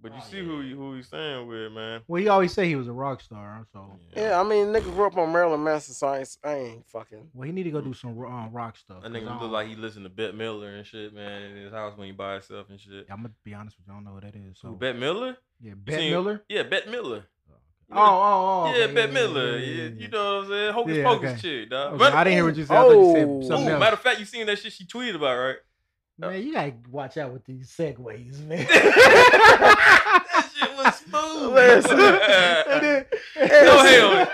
But you
Oh,
see
yeah.
who you, who you staying with, man.
Well, he always said he was a rock star, so
Yeah, I mean, nigga grew up on Maryland, Master Science. I ain't fucking.
well, he need to go do some um, rock stuff.
That nigga look like he listened to Bette Miller and shit, man, in his house when he by himself and shit.
I'm gonna be honest with you, I don't know what that is. So
Who, Bette Miller?
yeah, Bette
seen-
Miller.
Yeah, Bette Miller.
Oh, oh, oh
yeah,
okay,
Bette Miller.
yeah, yeah,
Yeah,
yeah.
You know what I'm saying? Hocus
Yeah,
Pocus
okay.
chick, dog.
Okay, I didn't hear what you said. I thought you
Oh.
said
Ooh,
something else.
matter of fact, you seen that shit she tweeted about, right? Uh,
Man, you gotta watch out with these segues, man.
that shit was smooth.
Listen.
No, hell.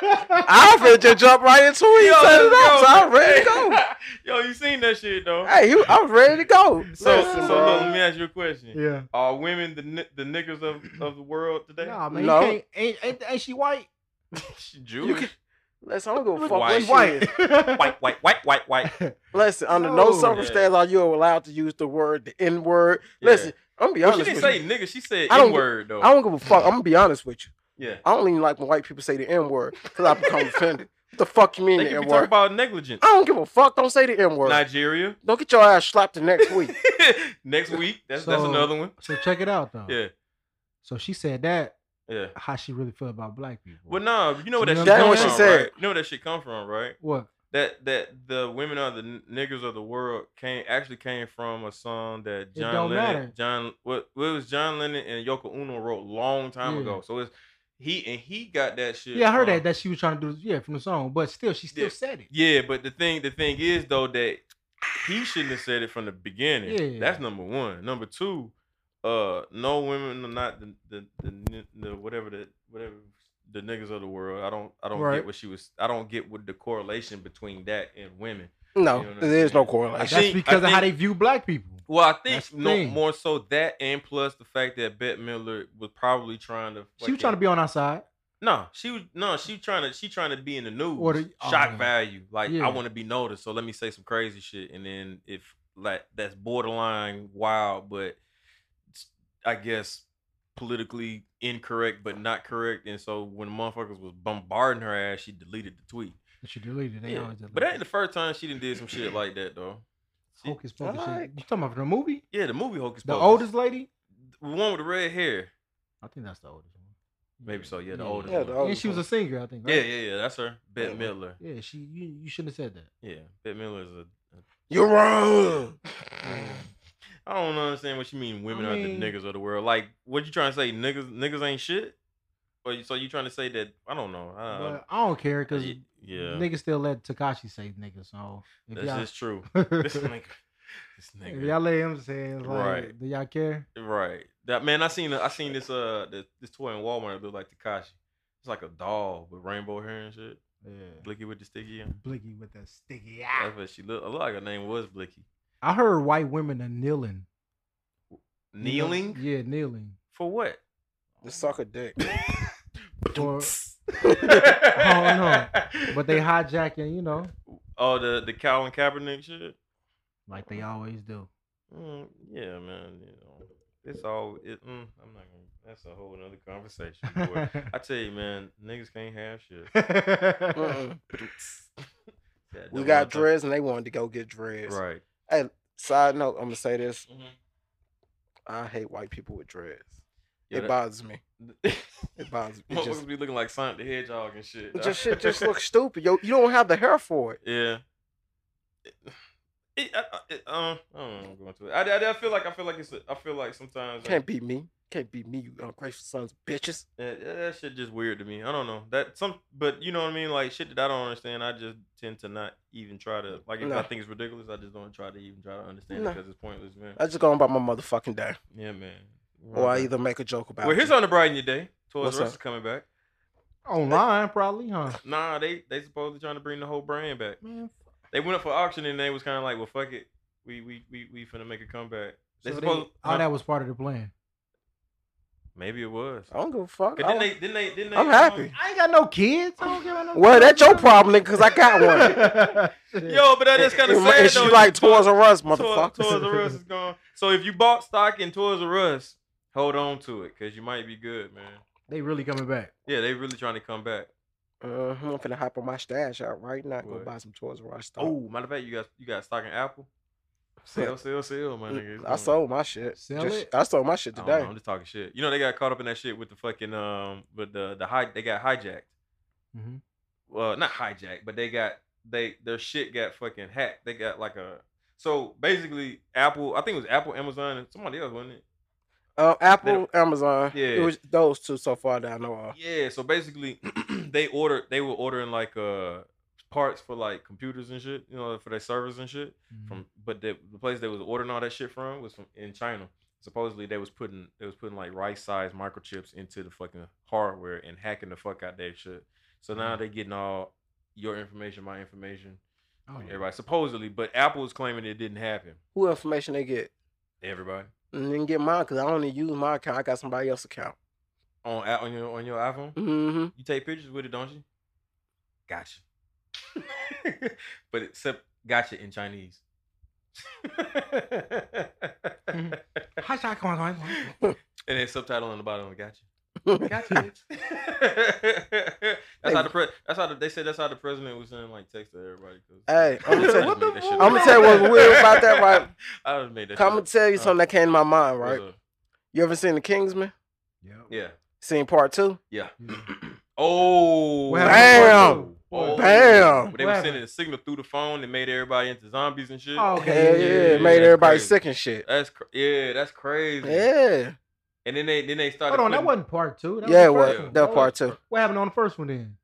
I finna just jump right into it. You set it up, so I'm ready to go.
Yo, you seen that shit though?
Hey, you, I'm ready to go.
so,
Listen,
so
bro.
look, let me ask you a question.
Yeah.
Are women the ni- the niggas of, of the world today?
Nah, man,
No.
you can't. Ain't, ain't, ain't she white?
She
You
Jewish.
can- Listen, I don't give a
Look,
fuck
white.
what
She's
she
white.
is.
White, white, white, white, white.
Listen, under
No.
Oh,
no, circumstance are you allowed to use the word the N word.
Yeah.
Listen, I'm gonna be
Well,
honest
she didn't
with
say
you.
nigga. She said
I don't-
N word though.
I don't give a fuck. I'm gonna be honest with you.
yeah.
I don't even like when white people say the N word because I become offended. What the fuck you mean
They
the
could
N
be talking
word?
about negligence.
I don't give a fuck. Don't say the N word.
Nigeria.
Don't get your ass slapped the next week.
Next week. That's that's
So- uh,
another one.
So check it out though.
Yeah.
So she said that
Yeah.
how she really felt about black people.
Well, nah, you know what that
You
shit
know
come
what she
from,
said.
right? You know where that shit come from, right?
What?
That that the women are the n- niggas of the world came actually came from a song that
It
John
don't
Lennon,
matter.
John what what it was John Lennon and Yoko Ono wrote long time
Yeah.
ago. So it's he and he got that shit.
Yeah, I heard
from-
that that she was trying to do. Yeah, from the song, but still, she still
uh, Yeah.
said it.
Yeah, but the thing the thing is though that he shouldn't have said it from the beginning.
Yeah.
That's number one. Number two, uh, no women are not the the, the ni- the whatever the whatever the niggas of the world. I don't I don't
Right.
get what she was. I don't get what the correlation between that and women.
No,
You know what I'm
there's no
saying?
correlation.
That's
think- I
because of how they
think-
view black people.
Well, I
That's
think
the
no
thing.
more so that and plus the fact that Bette Miller was probably trying to.
She was trying to be on our side.
No, she was no. She trying to. She trying to be in the news.
Or the-
Shock
oh.
value. Like
Yeah.
I want to be noticed. So let me say some crazy shit, and then if like that's borderline wild, but s- I guess politically incorrect, but not correct. And so when motherfuckers was bombarding her ass, she deleted the tweet.
But she deleted. it. They
Yeah.
always delete
But that
it.
ain't the first time she done did some shit like that though. She-
Hocus Pocus. shit.
Alright.
You talking about the movie?
yeah, the movie Hocus
The
Pocus.
oldest lady?
the one with the red hair.
I think that's the oldest one.
Maybe so. Yeah, the
Yeah.
oldest.
Yeah,
one.
the
And she was a singer, I think.
yeah,
Right?
yeah, yeah. That's her. Bette Midler.
Yeah, she. You, you shouldn't have said that.
Yeah, Bette Midler is a.
You're wrong.
I don't understand what you mean. Women
I mean-
are the niggas of the world. Like, what you trying to say? Niggas, niggas ain't shit. Or you, so you trying to say that? I don't know. I don't-
but I don't care because
y- Uh, yeah,
niggas still let Takashi say nigga. So if
that's
y'all,
just true. This
if
nigga, this nigga.
y'all let him say, it, like,
Right.
do y'all care?
Right. That man, I seen I seen this uh this, this toy in Walmart that looked like Takashi. It's like a doll with rainbow hair and shit.
Yeah.
Blicky with the sticky. on.
Blicky with that sticky eye.
That's what she looked. I look like her name was Blicky.
I heard white women are kneeling. You know-
Kneeling
Yeah, kneeling.
for what?
The sucker dick.
Or,
oh
know. but they hijacking, you know,
oh the the Colin Kaepernick shit.
like they always do.
Mm, yeah, man. You know, it's all. It, mm, I'm not gonna. That's a whole other conversation. Boy. I tell you, man, niggas can't have shit.
Mm-mm.
That
we
double
got
entendre-
dreads and they wanted to go get dreads.
Right.
Side note, I'm gonna say this.
Mhm.
I hate white people with dreads.
Yeah,
it
that-
bothers me. It bothers me. It
Mm-hmm. Motherfuckers
just,
be looking like Sonic the Hedgehog and shit.
it just shit just looks stupid. Yo, you don't have the hair for it.
Yeah. It, I, I- it, um, I don't know. I'm going to it. I, I, I feel like I feel like it's. A, I feel like sometimes like,
Can't be me. Can't be me. You ungrateful sons of bitches.
that, that- that shit just weird to me. I don't know that some, but you know what I mean. Like shit that I don't understand. I just tend to not even try to like. If
No.
I think it's ridiculous, I just don't try to even try to understand
No.
it because it's pointless, man.
I just go about my motherfucking day,
yeah, man.
or I either make a joke about.
well, here's
it.
on the brighten your day. Toys
What's
R Us
up?
is coming back.
Online, probably, huh?
Nah, they they supposedly trying to bring the whole brand back.
Man,
They went up for auction and they was kind of like, well, fuck it, we we we we finna make a comeback. They
so they-
supposed
all
huh?
that was part of the plan.
Maybe it was.
I don't give a fuck.
'Cause
I don't-
Didn't they, didn't they, didn't they,
Oh, I'm
um,
happy.
I ain't got no kids. I don't give a no.
Well, that's your problem, nigga, because I got one.
Yo, but that is kind of
And-
sad
and
though.
she like
You bought-
Toys R Us,
Toys-
motherfucker.
Toys R Us is gone. So if you bought stock in Toys R Us, hold on to it because you might be good, man.
They really coming back.
Yeah, they really trying to come back.
Uh, I'm finna hop on my stash out right now. and Go
What?
buy some Toys R Us stuff.
Oh, matter of fact, you got you got stock in Apple. Sell, sell, sell, my nigga. It's
I
going-
sold my shit.
Sell
Just-
it?
I sold my shit
I don't know,
today.
I'm just talking shit. You know they got caught up in that shit with the fucking um, with the the high they got hijacked.
Mm-hmm.
Mhm.
well, not hijacked, but they got they their shit got fucking hacked. They got like a so basically Apple. I think it was Apple, Amazon, and somebody else, wasn't it?
Uh, Apple, Amazon.
Yeah.
It was those two so far that I know of.
Yeah. So basically, they ordered they were ordering like uh parts for like computers and shit, you know, for their servers and shit.
Mm-hmm. Mm.
From but the, the place they was ordering all that shit from was from in China. Supposedly they was putting they was putting like rice sized microchips into the fucking hardware and hacking the fuck out that shit. So now they getting all your information, my information.
Oh,
on everybody supposedly, but Apple is claiming it didn't happen.
Who information they get?
Everybody
And then get mine because I only use my account. I got somebody else's account.
on a- on your on your iPhone,
Mm-hmm.
you take pictures with it, don't you? Gotcha. but except gotcha in Chinese. and
Hi, Shai, come on, come on.
then subtitle on the bottom, gotcha.
Gotcha.
that's how the pre- that's how the, they said that's how the president was sending like text to everybody. 'cause-
Hey, I'ma tell-
I just made that shit up.
I'ma tell you what's weird about that, right?
I just made that.
I'm gonna
shit
tell you
Uh,
something that came to my mind.
up.
Right?
What's up?
You ever seen The Kingsman?
Yeah.
Seen part two?
Yeah.
Yeah.
oh.
Hmm. What
happened?
Bam! Boy,
Bam!
Oh. But they
What
were
happened?
sending a signal through the phone and made everybody into zombies and shit.
Oh, okay.
Hell
yeah,
yeah!
yeah,
It made
that's
everybody
crazy.
sick and shit.
That's cr- yeah, that's crazy.
Yeah.
And then they then they started.
Hold on, that
putting-
wasn't part two. That
Yeah, it
was
was.
part one.
That part two.
What happened on the first one then?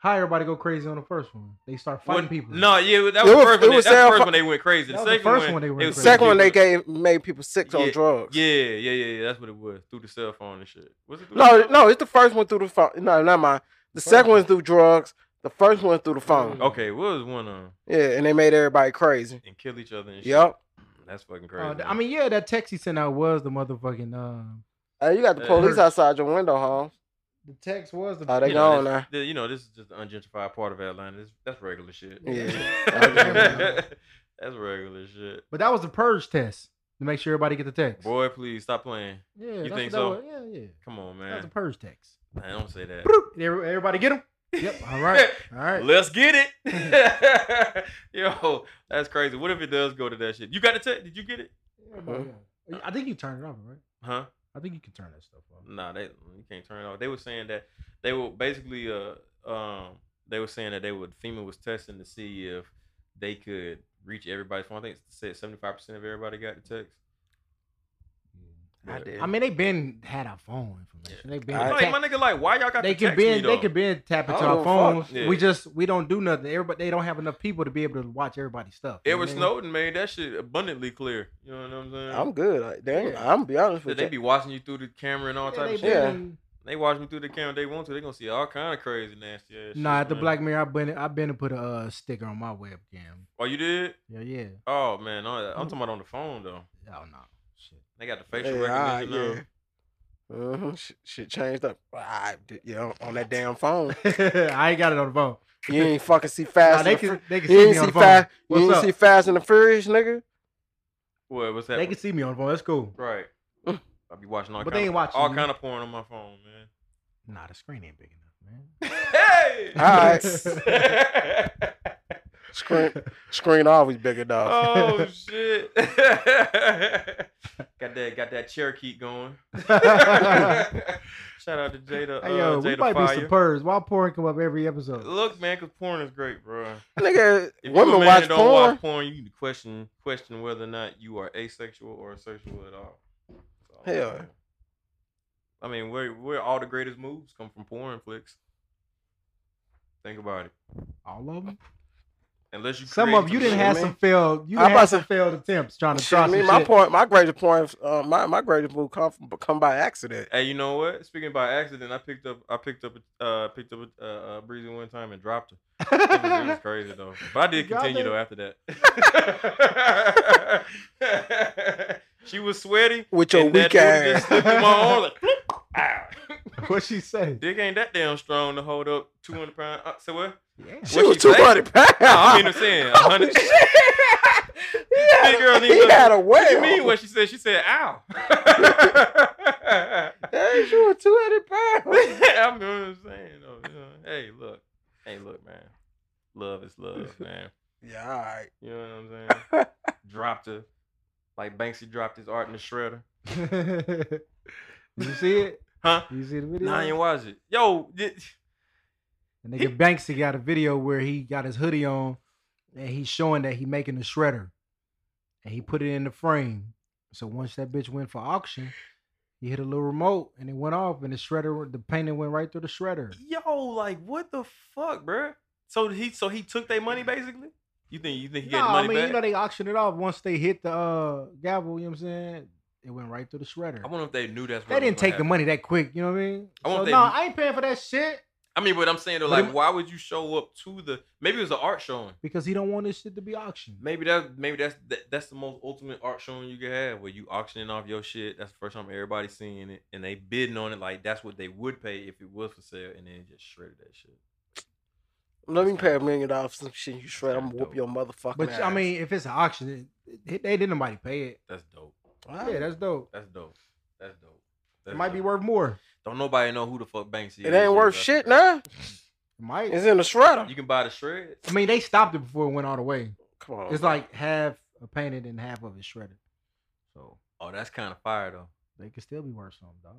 How everybody go crazy on the first one? They start fighting
what-
people.
No, yeah,
It was-
that was, the first
it
one.
was
That's the
Sarah
first
Fu-
one they went crazy. The
That was the
second
first
one,
one they went
was
crazy.
Second one they
people.
gave made people sick on
Yeah.
drugs.
Yeah, yeah, yeah, yeah. That's what it was through the cell phone and shit. Was it? Through
No,
the cell
no, it's the first one through the phone. No, not mine. The second one's through drugs. The first one through the phone.
no.
Okay, what was one on
Yeah, and they made everybody crazy.
and kill each other and shit.
Yep.
That's fucking
Uh,
crazy.
I mean, yeah, that text he sent out was the motherfucking. Um,
Hey, you got the
That
police
hurts.
outside your window, huh?
the text was the.
Oh, they
You
gone
this,
now.
the- you know, this is just the ungentrified part of Atlanta. This, that's regular shit.
Yeah.
that's regular shit.
But that was the purge test to make sure everybody get the text.
Boy, please stop playing.
yeah, that's
think
what
so?
That was. Yeah, yeah.
Come on,
That
man.
was the purge text.
Man, don't say that.
Broop. Every- Everybody get him. Yep. All right. All right.
Let's get it. Yo, that's crazy. What if it does go to that shit? You got the text? Did you get it?
Everybody got it. I think you turned it off, right?
Huh?
I think you can turn that stuff off.
Nah, they you can't turn it off. They were saying that they were basically uh um they were saying that they would FEMA was testing to see if they could reach everybody's phone. I think it said seventy five percent of everybody got the text.
I did.
I mean, they been had our phone information. They been
I-
Like
tap-
my nigga, like why y'all got
they
to
can
text me,
been they
though?
can been tapping
I
to
don't
our phones.
fuck. Yeah.
We just we don't do nothing. Everybody they don't have enough people to be able to watch everybody's stuff. You know
Edward
what I mean?
Snowden made that shit abundantly clear. You know what I'm saying?
I'm good. I, damn, I'm be honest
That
with
they
you.
be watching you through the camera and all type of
Yeah,
shit.
they
shit.
been-
They watch me through the camera. They want to. They gonna see all kind of crazy nasty ass.
Nah,
shit,
at the
man.
Black Mirror, I've been I've been to put a uh, sticker on my webcam.
Oh, you did?
Yeah, yeah.
Oh man, no, I'm talking about on the phone though.
Oh no, shit.
They got the facial
Yeah,
ah,
all right,
recognition. now.
Mhm, Shit, shit changed up. Ah, I, yeah, on- on that damn phone.
I ain't got it on the phone.
You ain't fucking see fast.
Nah,
and
they
the Fur-
can they can
you
see
ain't
me on
see
the phone.
fast. You ain't
What's
see
up?
Fast and the Furious, nigga.
What? What's that?
They can see me on the phone. That's cool.
Right. I be watching all
But
kind
they ain't
of,
watching
all
you.
kind of porn on my phone, man.
Nah, the screen ain't big enough, man.
Hey!
Ah.
All right. Screen, screen always bigger, dog.
oh shit! got that, got that Cherokee going. Shout out to Jada.
Hey yo,
uh,
we
Jada
might be
Fire.
surprised. Why porn come up every episode?
Look, man, cause porn is great, bro.
Nigga,
Oh. If you a
women
man
watch
and don't
porn.
watch porn, you need to question question whether or not you are asexual or sexual at all. So,
Hell.
I mean, where where all the greatest moves come from porn flicks. Think about it.
All of them.
Unless you
Some
create
of you
shit,
didn't have
man.
some failed. You
I'm
done
about
had some
to-
failed attempts trying to
Shit,
try
me,
some
my
shit.
point, my greatest point, uh, my my greatest move come from, come by accident.
Hey, you know what? Speaking by accident, I picked up I picked up uh picked up a uh, uh, breezy one time and dropped her. It was, it was crazy though, but I did
You got
continue
that?
though after that. she was sweaty.
With your
and that
weak
dude just
ass.
slipped in my arm, like, bloop, ow.
what she say?
Dick ain't that damn strong to hold up 200 pounds. Uh, so what?
Yeah.
She
what
was
she
two
say?
hundred pounds.
I mean, I'm saying 100.
Ah, Oh, shit. He had
Big girl
a-
need
He
to-
had a
What you
whale.
mean what she said? She said, ow. I'm
Hey, she was two hundred pounds.
you know what I'm saying. Though, you know, hey, look. Hey, look, man. Love is love, man.
Yeah, all right.
You know what I'm saying? dropped her. Like Banksy dropped his art in the shredder.
you see it?
Huh?
You see the video?
Nah, I ain't watch it. Yo, did-
And nigga Banksy got a video where he got his hoodie on and he's showing that he making a shredder. And he put it in the frame. So once that bitch went for auction, he hit a little remote and it went off and the shredder the painting went right through the shredder.
yo, like what the fuck, bruh? So he so he took their money basically? You think you think he
No,
getting
I
money
mean,
back?
you know they auctioned it off once they hit the uh gavel, you know what I'm saying? It went right through the shredder.
I wonder if they knew that's what
They didn't take the
money.
money that quick, you know what I mean?
I want
so,
they-
no, I ain't paying for that shit
I mean, but I'm saying though,
But it-
like, why would you show up to the? Maybe it was an art showing.
because he don't want this shit to be auctioned.
Maybe that maybe that's that, that's the most ultimate art showing you can have, where you auctioning off your shit. That's the first time everybody's seeing it, and they bidding on it like that's what they would pay if it was for sale, and then just shredded that shit.
Let me pay a million dollars for some shit you shred. I'm gonna whoop your motherfucking
But
ass.
I mean, if it's an auction, it, it, they didn't nobody pay it.
That's dope.
Yeah, that's dope.
That's dope. That's dope. That's
It might be
dope.
worth more.
Don't nobody know who the fuck Banksy is.
it ain't worth
That's
shit
the-
now.
It might.
It's in the shredder.
You can buy the shreds.
I mean, they stopped it before it went all the way.
Come
Oh,
on.
It's like half painted and half of it shredded. So
Oh, that's kind of fire though.
they could still be worth something, dog.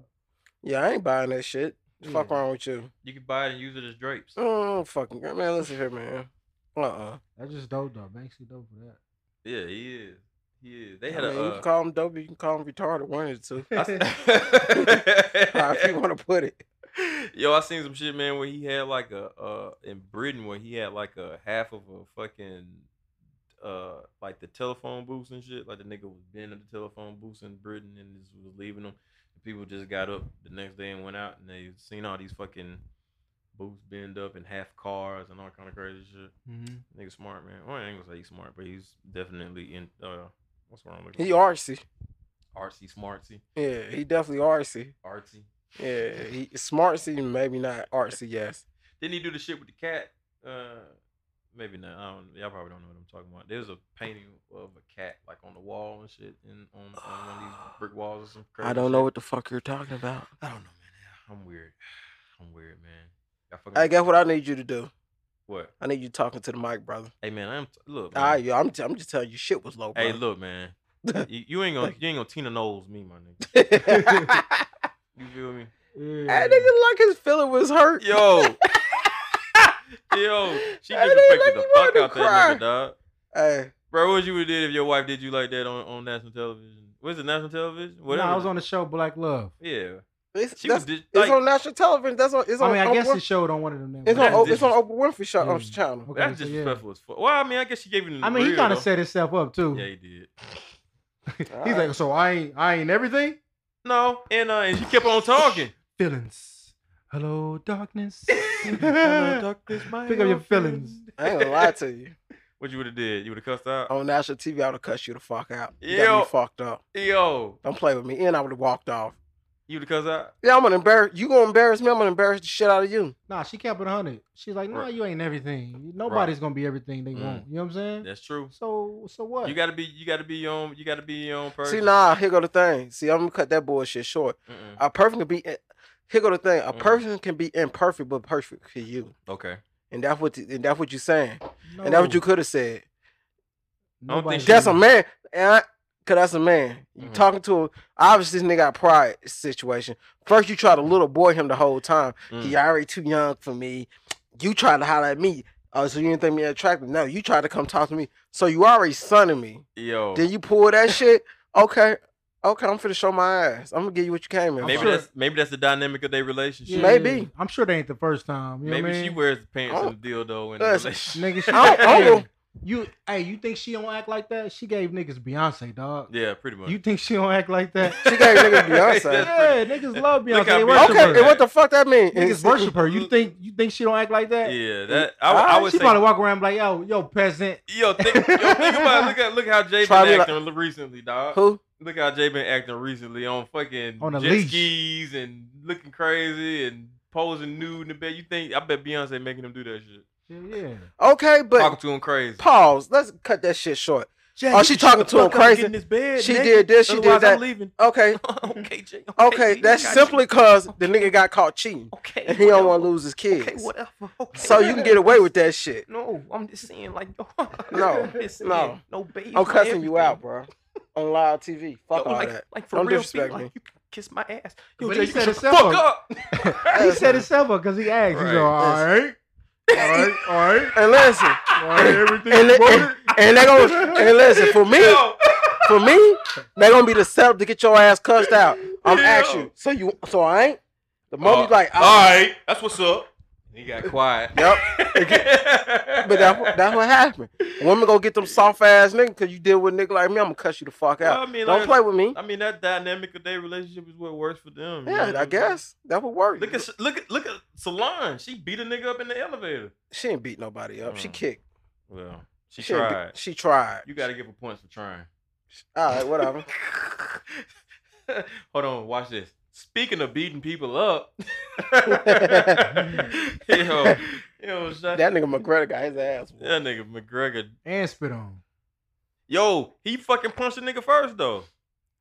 yeah, I ain't buying that shit. The Fuck
Yeah.
wrong with you?
You can buy it and use it as drapes.
Oh, fucking girl, man. Listen here, man. Uh uh
That's just dope, though. Banksy dope for that.
Yeah, he is. He is. They
I
had
mean, you
a.
can
Uh,
call him dope. You can call him retarded. One or two.
I
How if
s-
you want to put it.
Yo, I seen some shit, man, where he had like a uh in Britain where he had like a half of a fucking uh like the telephone booths and shit. Like the nigga was been at the telephone booths in Britain and this was leaving them. And people just got up the next day and went out and they seen all these fucking booths bend up and half cars and all kind of crazy shit.
Mm-hmm.
Nigga smart, man. Well, I ain't gonna say he's smart, but he's definitely in uh what's wrong with
He RC.
artsy smartsy.
Yeah, he definitely RC.
Artsy.
Yeah, he smartsy, maybe not artsy. Yes.
Didn't he do the shit with the cat? Uh, maybe not. I don't. Y'all probably don't know what I'm talking about. There's a painting of a cat like on the wall and shit, and on, on one of these brick walls or some. Crazy
I don't know
shit.
what the fuck you're talking about.
I don't know, man. I'm weird. I'm weird, man. Y'all fucking
I guess what I need you to do.
what?
I need you talking to the mic, brother.
Hey, man. I'm t- look. Man.
All right, yo, I'm, I'm just telling you, shit was low. Bro.
hey, look, man. You, you ain't gonna you ain't gonna Tina Knowles me, my nigga.
that
You feel me?
Yeah.
nigga like his feeling was hurt.
Yo, yo, she
That nigga
disrespected
like
the
he wanted
fuck
to
out
cry.
that nigga, dog.
Hey,
Bro, what you would did if your wife did you like that on, on national television? Was it national television?
No,
Whatever.
I was on the show Black Love.
Yeah,
it's,
she
that's-
was dis-
it's
like,
on national television. That's on. It's on.
I mean, I
Oprah-
guess it showed on one of them.
It's
networks.
on.
That's
O- It's on
disrespectful.
Oprah Winfrey show,
Yeah.
um, channel.
Okay,
that's
so yeah.
disrespectful as fuck. Well, I mean, I guess she gave it.
I mean, he
kind
kind of set himself up too.
Yeah, he did.
He's like, so I ain't, I ain't everything.
No, and uh, and she kept on talking.
Feelings. Hello, darkness. Hello, dark- Pick up your feelings.
I ain't gonna lie to you.
What you would have did? You would have cussed out.
On national TV, I would have cussed you the fuck out. You
Yo.
got me fucked up.
Yo,
Don't play with me. And I would have walked off.
you would have cussed out.
Yeah, I'm gonna embarrass you. Gonna embarrass me. I'm gonna embarrass the shit out of you.
Nah, she kept it hundred. She's like, no,
Right.
you ain't everything. Nobody's gonna be everything they
Mm.
want. You know what I'm saying?
That's true.
So, so what?
You gotta be. You gotta be your own. You gotta be your own person.
See, nah. Here go the thing. See, I'm gonna cut that bullshit short.
Mm-mm.
A person can be. Here go the thing. A
Mm.
person can be imperfect, but perfect for you.
Okay.
And that's what. And that's what you're saying.
no,
And that's
Oh.
what you could have said.
Nobody
think
That's
should-
a man. And I, Cause that's a man. You
Mhm.
talking to him. Obviously, this nigga got pride situation. First, you try to little boy him the whole time.
Mm.
He already too young for me. You try to holler at me. Oh, so you didn't think me attractive? No, you tried to come talk to me. So you already sunning me.
Yo.
Then you pull that shit. Okay, okay, I'm finna show my ass. I'm gonna give you what you came here.
maybe
for.
that's maybe that's the dynamic of their relationship.
Yeah,
Maybe.
I'm sure they ain't the first time. You know
Maybe
what I
she
mean?
wears pants
Oh.
and dildo in the
Listen.
relationship.
Nigga, she,
I don't- I don't know.
you, hey, you think she don't act like that? She gave niggas Beyonce, dog.
Yeah, pretty much.
You think she don't act like that?
She gave niggas Beyonce.
That's pretty-
yeah, niggas love Beyonce.
Look how
They
big-
worship
Okay,
her.
and what the fuck that mean?
Niggas worship her. You think you think she don't act like that?
Yeah, that I, would- I
Alright,
would
she
say.
probably walk around and be like, yo, yo, peasant.
Yo, think, yo, think about it. look at look how Jay been
Probably
acting
like-
li- recently, dog.
Who?
Look how Jay been acting recently on fucking
On a
jet
leash.
skis and looking crazy and posing nude in the bed. You think I bet Beyonce making him do that shit,
Yeah, yeah.
Okay,
talking
but
to him crazy.
pause. Let's cut that shit short.
Jay,
Oh,
you
she
can shut
talking
the
to him
fuck up and get
crazy.
in this bed
She
naked.
did this, she did
Otherwise,
that.
I'm leaving.
Okay,
okay, Jay.
Okay,
Jay, I
that's
got
simply
you.
because the nigga got caught cheating
Okay,
and he don't
whatever.
want to lose his kids.
Okay, whatever. Okay.
So you can get away with that shit.
No, I'm just saying, like, no,
No,
I'm just saying,
no.
no, baby.
I'm cussing you out, bro, on live TV. Fuck all
like,
that.
like for
Don't
real,
disrespect
be like,
me.
you can kiss my ass.
But
Jay,
he
you
set
shut the
himself
fuck up.
He
Listen,
said himself up because he asked. He's like, all right, all right, all right,
and listen,
all right, everything
and,
you
li-
wanted.
and, and they gonna and listen for me,
Yo, uh,
for me, they gonna be the setup to get your ass cussed out. I'm
Yo.
asking you, so you, so I ain't. The
Uh,
mommy's like,
all
ah,
right, that's what's up. He got quiet.
yep. But that's that's what happened. Women gonna get them soft ass nigga because you deal with a nigga like me. I'm gonna cuss you the fuck
Well,
out.
I mean,
Don't
like-
play with me.
Uh, I mean, that dynamic of their relationship is what works for them. you know
Yeah,
what
I
I'm
guess that would work.
saying? Look at look at look at Solange. She beat a nigga up in the elevator.
she ain't beat nobody up. She
Mm.
kicked.
Well, she,
ain't
tried.
Be, she tried.
you got to give her points for trying.
All right, whatever.
Hold on, watch this. Speaking of beating people up, yo, yo, shut-
that nigga McGregor got his ass. whooped.
that nigga McGregor,
and spit on.
yo, he fucking punched the nigga first though.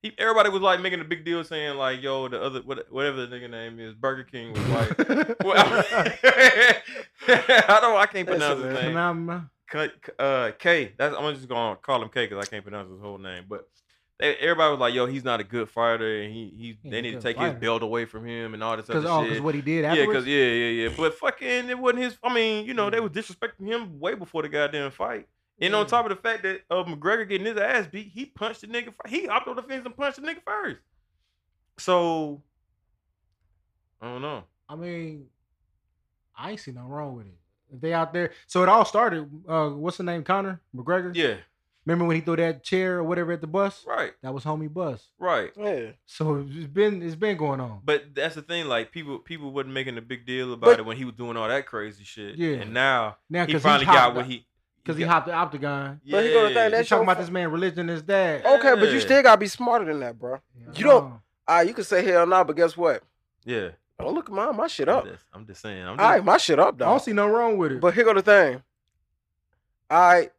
He, everybody was like making a big deal saying like, yo, the other what, whatever the nigga name is, Burger King was like, well, I, don't, I
Listen,
can't pronounce his
man.
name.
Phenomenal.
K, uh, K. That's I'm just gonna call him K because I can't pronounce his whole name. But they, everybody was like, "Yo, he's not a good fighter, and he, he
He
they
ain't
need
a
to
good
take
fighter.
his belt away from him and all this
Because
other
oh, because
shit."
what he did
yeah, because
afterwards. Mm.
yeah, yeah, yeah. But fucking, it wasn't his. I mean, you know, they was disrespecting him way before the goddamn fight. And on
Yeah.
top of the fact that uh, McGregor getting his ass beat, he punched the nigga. fir- He opted on the fence and punched the nigga first. So I don't know.
I mean, I ain't see nothing wrong with it. If they out there, so it all started. Uh, what's the name? Connor McGregor.
Yeah,
Remember when he threw that chair or whatever at the bus?
right,
That was homie bus.
right.
Yeah.
So it's been it's been going on.
But that's the thing, like people people wasn't making a big deal about
But-
it when he was doing all that crazy shit.
Yeah.
And now
Now
he
because
finally got what he
because he,
got-
hopped the octagon.
Yeah.
But he gonna think
They
that- That's
talking
your
about
fa-
this man religion is dad.
Okay, but
Yeah.
you still gotta be smarter than that, bro. you don't- All right, you can say hell no, but guess what?
yeah.
Don't look at my my shit
I'm
up.
just, I'm just saying. I'm
All right,
just,
my shit up,
I don't
dog.
see nothing wrong with it.
But here go the thing. All right,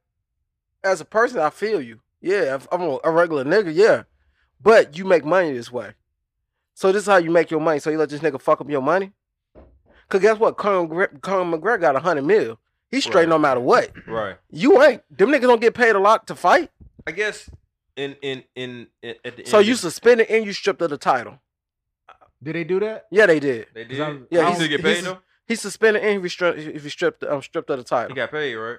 as a person, I feel you. Yeah, if I'm a- a regular nigga. Yeah, but you make money this way. So this is how you make your money. So you let this nigga fuck up your money. Cause guess what? Conor McGre- Conor McGregor got a hundred mil. He's straight
Right.
no matter what.
right.
You ain't. Them niggas don't get paid a lot to fight.
I guess in in in, in at the
So
end
you
of-
suspended and you stripped of the title.
Did they do that?
Yeah, they did.
they
'Cause
did.
I'm-
Yeah,
he
he's-
still get
he's-
paid though.
He suspended and he stripped. He stripped. Um, stripped of the
He
title.
got paid, right?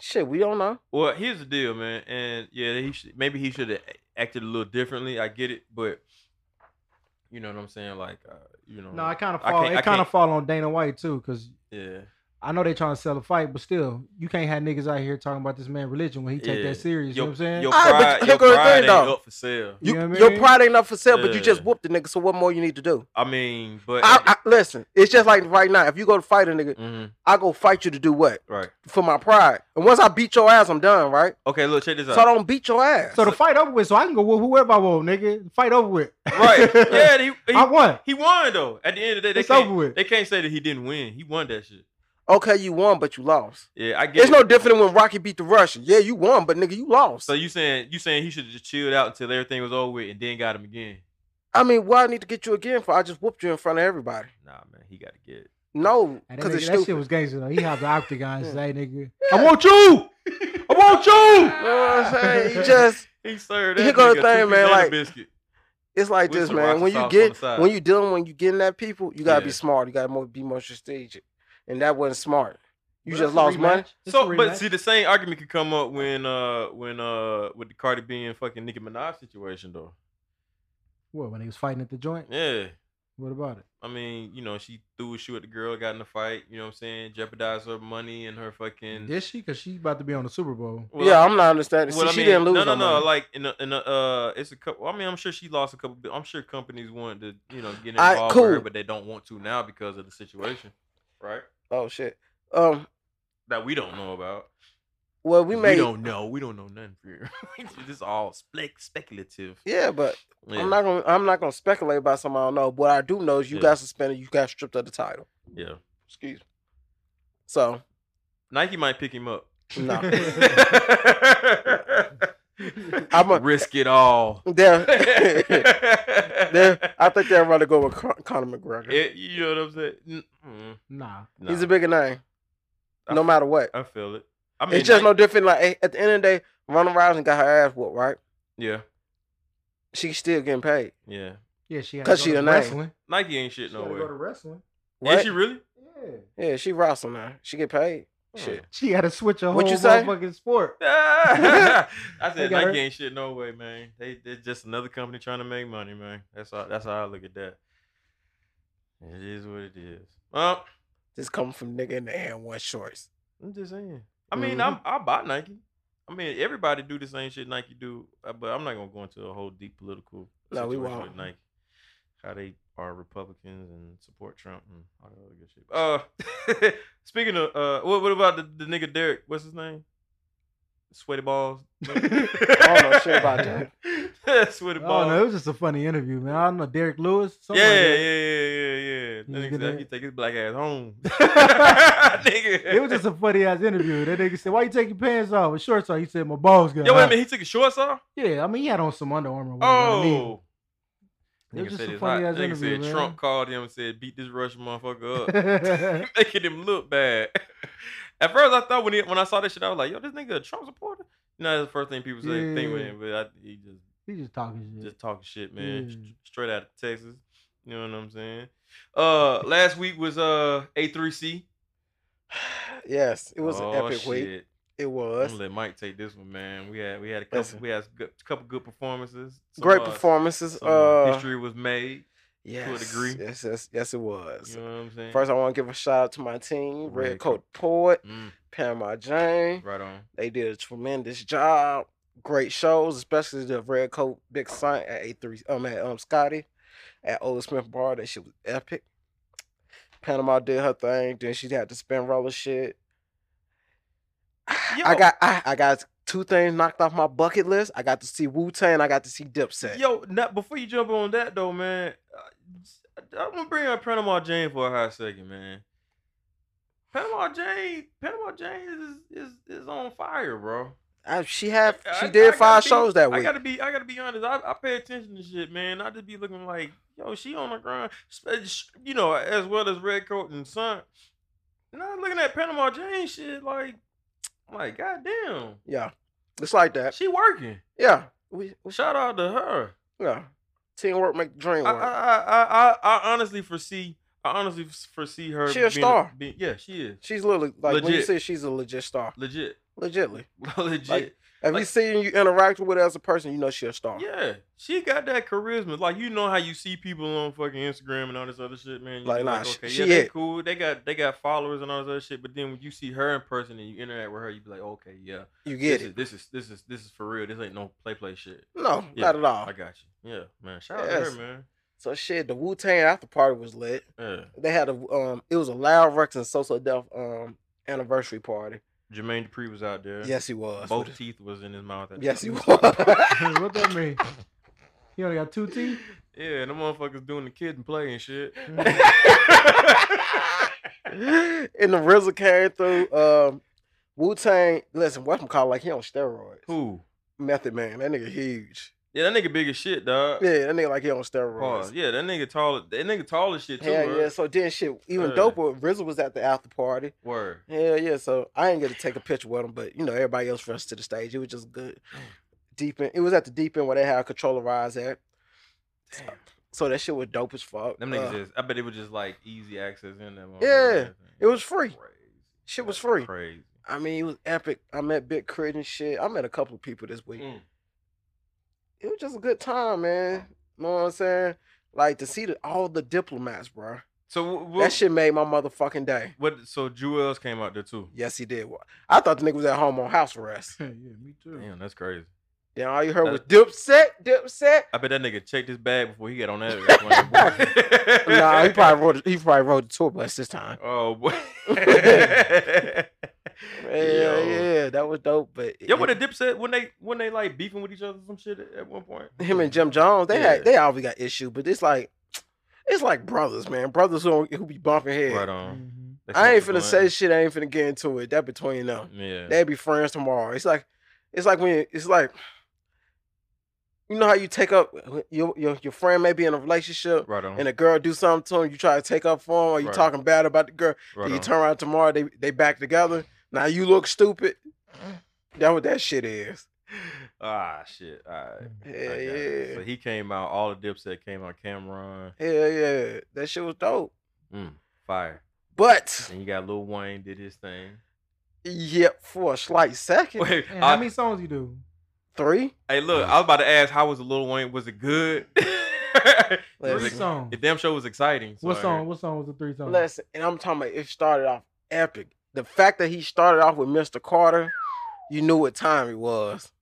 Shit, we don't know.
Well, here's the deal, man. And yeah, he should, maybe he should have acted a little differently. I get it, but you know what I'm saying? Like, uh, you know,
No, I kind of
I
fall.
can't- I
It kind
can't-
of fall on Dana White too, because
yeah,
I know they trying to sell a fight, but still, you can't have niggas out here talking about this man religion when he take
Yeah.
that serious. you know what I'm saying?
your
All right, but
pride,
here
your
go the
pride
thing,
ain't
though.
up for sale.
You,
You know what I
Your
mean?
pride ain't up for sale, but you just
Yeah.
whooped the nigga. So what more you need to do?
I mean, but
I, I, listen, it's just like right now. If you go to fight a nigga,
Mhm,
I go fight you to do what?
right?
For my pride. And once I beat your ass, I'm done, right?
Okay, look, check this
So I
out.
don't beat your ass.
so the fight over with, so I can go with whoever I want, nigga. Fight over with.
right? Yeah, he, he,
I won.
he won though. At the end of the day, they
It's
can't,
over with.
they can't say that he didn't win. He won that shit.
okay, you won, but you lost.
Yeah, I get
It's
it.
no different than when Rocky beat the Russian. Yeah, you won, but nigga, you lost.
So you saying you saying he should have just chilled out until everything was over with and then got him again?
I mean, why I need to get you again for? I just whooped you in front of everybody.
Nah, man, he got to get it.
No,
And that,
because
nigga,
it's
that shit
stupid.
was gangster though. He hopped the octagon and said, hey, nigga.
Yeah.
I want you. I want
You
you.
know what I'm saying? You just
He served.
Here
that
go the
nigga
thing,
two
man,
banana
like-
biscuit.
It's like
With
this,
some
man.
rocket
When you
sauce on the
get
side.
when you dealing when you getting that people, you gotta be
Yeah.
smart. You gotta mo- be more strategic, and that wasn't smart. You
But
just
that's a
lost
rematch.
money.
It's a
So, but
rematch.
see, the same argument could come up when, uh, when, uh, with the Cardi B and fucking Nicki Minaj situation, though.
what when he was fighting at the joint?
Yeah,
What about it?
I mean, you know, she threw a shoe at the girl, got in a fight. You know what I'm saying? Jeopardized her money and her fucking.
Did she? Because she's about to be on the Super Bowl.
Well,
yeah, I'm not understanding. See,
well, I
she
mean,
didn't lose.
No, no,
her
no.
money.
Like in a, in a, uh, it's a couple. I mean, I'm sure she lost a couple. I'm sure companies want to, you know, get
Alright,
involved with her,
cool.
but they don't want to now because of the situation, right?
oh shit. Um.
That we don't know about.
Well, we made.
don't know. We don't know nothing. For this is all spec- speculative.
Yeah, but
Yeah.
I'm not gonna I'm not gonna speculate about something I don't know. What I do know is you
Yeah.
got suspended. You got stripped of the title.
yeah.
Excuse me. So
Nike might pick him up.
no,
I'm
a-
risk it all.
there, there. I think they'd rather go with Con- Conor McGregor.
It- you know what I'm saying? N- mm,
Nah.
nah.
He's a bigger name, no matter what.
I feel it. I mean,
It's just no
Nike-
different. Like eh, at the end of the day, Ronda Rousey got her ass whooped, right?
Yeah,
She's still getting paid.
yeah.
Yeah, she had
'Cause
to
she
go
the
to
name.
wrestling.
Nike ain't shit
She
no
had to
way.
go to wrestling.
Is
What?
she really? Hmm.
Yeah.
yeah, she wrestling now. She get paid. Shit.
She had to switch her whole
What you say?
motherfucking sport.
I said
They got
Nike
her.
ain't shit no way, man. They they're just another company trying to make money, man. That's how that's how I look at that. It is what it is. Well,
This coming from nigga in the hand one shorts.
I'm just saying. I mean, I'm I buy Nike. I mean, everybody do the same shit Nike do, uh, but I'm not gonna go into a whole deep political
No, we
situation
won't.
with Nike. How they are Republicans and support Trump and all that other good shit. Uh, speaking of, uh, what, what about the, the nigga Derek? What's his name? Sweaty balls. I don't
know shit about
that. Sweaty
Oh
balls.
no, it was just a funny interview, man. I don't know Derek Lewis. something
yeah,
like
yeah,
that.
yeah, yeah, yeah.
You
That
get
nigga said
that?
he take his black ass home. nigga.
It was just a funny ass interview. That nigga said, "Why you take your pants off and shorts off?" He said, "My balls got."
Yo, wait a
hot."
minute. He took his shorts off.
Yeah, I mean, he had on some Under Armour. whatever, I mean.
Oh.
It was
Nigga
just
said,
a
it's hot.
funny ass
Nigga
interview,
said
man.
Trump called him and said, beat this Russian motherfucker up. Making him look bad. At first, I thought when he, when I saw this shit, I was like, yo, this nigga a Trump supporter? You know, that's the first thing people say, think with
Yeah.
him, but I, he just
he just talking shit.
just talking shit, man.
Yeah.
Sh- Straight out of Texas. You know what I'm saying? Uh, last week was uh A3C.
yes, it was
oh,
an epic
shit.
week. It
I'm
was
gonna let Mike take this one, man. We had we had a couple
Listen.
we had a good, couple good performances. Some,
great
uh,
performances.
some, uh,
Uh,
history was made.
yes,
degree.
Yes, yes, yes, it was.
You know what I'm saying?
First, I want to give a shout out to my team, Red,
Red
Coat
Coat.
Port,
Mm,
Panama Jane.
right on.
They did a tremendous job. Great shows, especially the Red Coat Big Sun at A three. Um, at um Scotty, at Old Smith Bar. That shit was epic. Panama did her thing. Then she had to spin roller shit. I
Yo.
got I, I got two things knocked off my bucket list. I got to see Wu Tang. I got to see Dipset.
Yo, now, before you jump on that though, man, uh, I'm gonna bring up Panama Jane for a hot second, man. Panama Jane, Panama Jane is is, is on fire, bro.
I- she had she
I- I
did
gotta
five
be-
shows that
I
week.
gotta be, I gotta be honest. I, I pay attention to shit, man. I just be looking like, yo, she on the ground, Sp- sh- you know, as well as Red Coat and Sun. And I was looking at Panama Jane shit, like, I'm like, goddamn,
Yeah, it's like that.
she working.
Yeah, we, we
Shout out to her.
no. Teamwork make the dream
I, I,
work.
I, I, I honestly foresee. I honestly foresee her.
She a
being
star.
being- yeah, she is
she's literally like when you
Legit.
say she's a legit star.
legit,
Legitly.
legit.
Have you
Like-
seen you interact with her as a person, you know she a star.
yeah, she got that charisma. Like you know how you see people on fucking Instagram and all this other shit, man. You
Like,
be
nah, sh-
okay,
she
yeah, they
it.
cool. They got they got followers and all this other shit. But then when you see her in person and you interact with her, you be like, okay, yeah,
You get
this is
it.
this is this is this is for real. This ain't no play play shit.
No,
Yeah,
not at all.
I got you. Yeah, man. Shout out to
Uh. Yes.
her, man.
So shit, the Wu Tang after party was lit.
Yeah.
They had a um it was a Loud Rex and Sosa Def um anniversary party.
Jermaine Dupri was out there.
Yes he was.
Both teeth was in his mouth. At the
Yes he
time.
was.
what that mean? He only got two teeth.
Yeah, and the motherfuckers doing the kid and play and shit.
Mm-hmm. and the RZA came through. Um Wu Tang, listen, Westman call like he on steroids.
Who?
Method man, that nigga huge.
Yeah, that nigga big as shit, dog. Yeah,
Yeah, that nigga like he on steroids.
Oh, yeah that nigga tall. That nigga tall as shit too.
Hell
word.
yeah! So then shit, even
Yeah.
doper RZA was at the after party.
Word.
Hell yeah! So I ain't get to take a picture with him, but you know everybody else rushed to the stage. It was just good.
Oh.
Deep in, it was at the deep end where they had controller eyes at.
Damn.
So that shit was dope as fuck.
Them
Uh,
niggas just. I bet it was just like easy access in that. motherfucker.
Yeah, it was free.
Crazy.
Shit was
That's
free.
Crazy.
I mean, it was epic. I met Big Crit and shit. I met a couple of people this week.
Mm.
It was just a good time, man. You know what I'm saying? Like to see the, all the diplomats, bro.
So wh- wh-
That shit made my motherfucking day.
What? So Jewels came out there too.
Yes, he did. I thought the nigga was at home on house arrest.
yeah, me too.
Damn, that's crazy.
Then all you heard was Dipset, Dipset.
I bet that nigga checked his bag before he got on that.
nah, he probably rode. He probably rode the tour bus this time.
Oh boy.
Yeah, yeah, that was dope. But
Yo, what a dip said when they when they like beefing with each other some shit at- at one point.
him and Jim Jones, they had
Yeah.
they always got issues. But it's like, it's like brothers, man. Brothers who who be bumping heads.
Right on.
Mm-hmm.
They
I ain't
smoke
finna
the
say shit. I ain't finna get into it. That between them,
blunt. Yeah.
they be friends tomorrow. It's like, it's like when it's like, you know how you take up your your, your friend may be in a relationship.
right on.
And a girl do something to him, you try to take up for him, or you
Right.
talking bad about the girl.
right
Then you
on.
turn around tomorrow, they they back together. Now you look stupid. That what that shit is.
ah shit. All right.
Hell
I got it.
yeah.
So he came out. All the Dipset came out. Cameron,
Hell yeah. That shit was dope.
mm, fire.
But
And you got Lil Wayne did his thing.
yeah, for a slight second,
Wait,
Man,
I-
how many songs you do?
three.
hey, look, I was about to ask, how was the Lil Wayne? Was it good?
Let's-
Three
it-
songs.
It damn show was exciting. so I
What
heard.
song? What song was the three songs?
Listen, and I'm talking about it started off epic. The fact that he started off with Mr. Carter, you knew what time it was.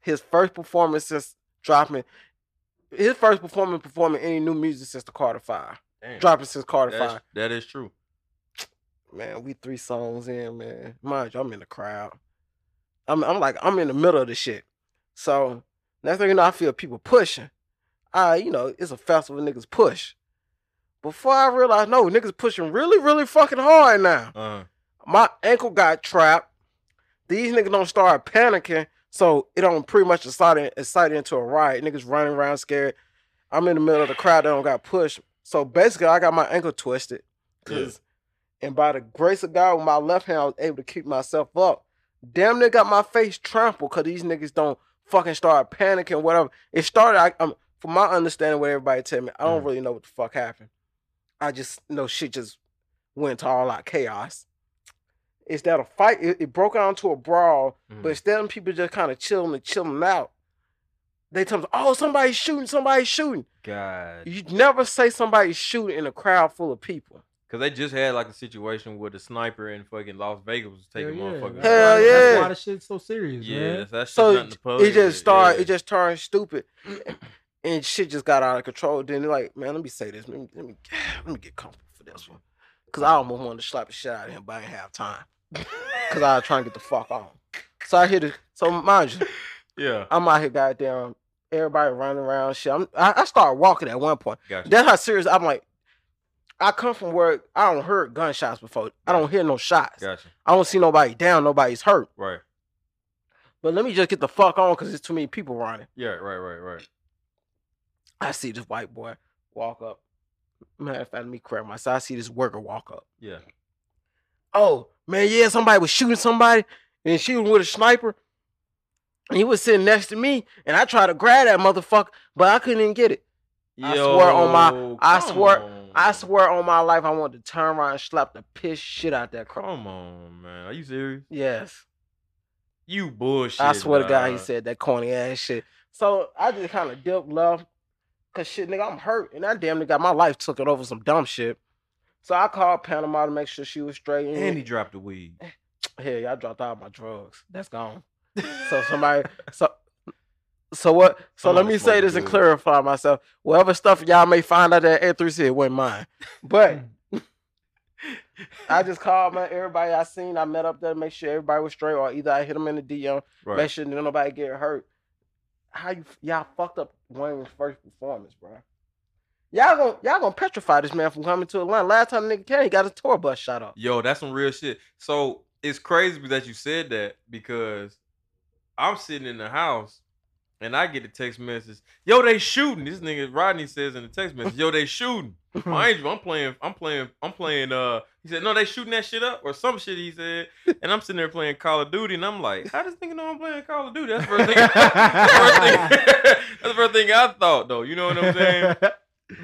His first performance since dropping his first performance performing any new music since the Carter Five.
Damn.
Dropping since Carter
That's-
Five.
that is true.
man, we three songs in, man. Mind you, I'm in the crowd. I'm I'm like I'm in the middle of the shit. So next thing you know, I feel people pushing. I, you know, it's a festival, niggas push. Before I realized, no, niggas pushing really, really fucking hard now.
Uh,
My ankle got trapped. These niggas don't start panicking, so it don't pretty much excited excited into a riot. Niggas running around scared. I'm in the middle of the crowd that don't got pushed. So basically, I got my ankle twisted.
yeah.
'Cause- and by the grace of God, with my left hand, I was able to keep myself up. Damn near got my face trampled because these niggas don't fucking start panicking, whatever. It started, I, um, from my understanding, what everybody tell me, I don't
Mm.
really know what the fuck happened. I just know shit just went to all out chaos. Instead of fight, it, it broke out into a brawl,
Mm.
but instead of people just kind of chilling and chilling out, they tell me, oh, somebody's shooting, somebody's shooting.
God.
You never say somebody's shooting in a crowd full of people.
Cause they just had like a situation where the sniper in fucking Las Vegas was taking
Hell yeah.
motherfuckers.
That's why-
Hell
That's
yeah.
why the shit's so serious,
yeah,
man.
that's, that's
So
nothing to plug
it just
it,
started.
yeah.
It just turned stupid, and shit just got out of control. Then they're like, man, let me say this. Let me let me, let me get comfortable for this one, cause I almost wanted to slap the shit out of him, but I didn't have time, cause I was trying to get the fuck on. So I hit it. So mind you,
yeah.
I'm out here, goddamn. Everybody running around, shit. I'm, I, I started walking at one point.
Gotcha.
That's how serious. I'm like, I come from where I don't heard gunshots before. I don't hear no shots.
gotcha.
I don't see nobody down. Nobody's hurt.
Right.
But let me just get the fuck on, cause it's too many people running.
Yeah. Right. Right. Right.
I see this white boy walk up. Matter of fact, let me correct myself. I see this worker walk up.
Yeah.
Oh man, yeah, somebody was shooting somebody and shooting with a sniper. He was sitting next to me, and I tried to grab that motherfucker, but I couldn't even get it. I swear on my-
Yo,
I
come
swear-
on.
I swear on my life, I wanted to turn around and slap the piss shit out that crowd.
Come on, man. Are you serious?
Yes,
You bullshit.
I swear to God, he
dog.
said that corny ass shit. So I just kind of dipped love, cause shit, nigga, I'm hurt, and I damn near got my life took it over some dumb shit. So I called Panama to make sure she was straight. And,
And he dropped the weed.
Hell, y'all dropped all my drugs. That's gone. So somebody, so so what? So
Someone
let me
was
say
smoking
this and
good.
clarify myself. Whatever stuff y'all may find out at A3C, it wasn't mine. But I just called my everybody I seen. I met up there to make sure everybody was straight, or either I hit them in the DM, make
Right.
sure that nobody get hurt. How you y'all fucked up Wayne's first performance, bro? Y'all gonna y'all gonna petrify this man from coming to Atlanta. Last time the nigga came, he got a tour bus shot up.
Yo, that's some real shit. So it's crazy that you said that because I'm sitting in the house and I get a text message. Yo, they shooting. This nigga Rodney says in the text message, yo, they shooting. My angel, I'm playing, I'm playing, I'm playing uh he said, No, they shooting that shit up or some shit he said. And I'm sitting there playing Call of Duty and I'm like, how does nigga know I'm playing Call of Duty? That's the first thing, first thing- that's the first thing I thought though. You know what I'm saying?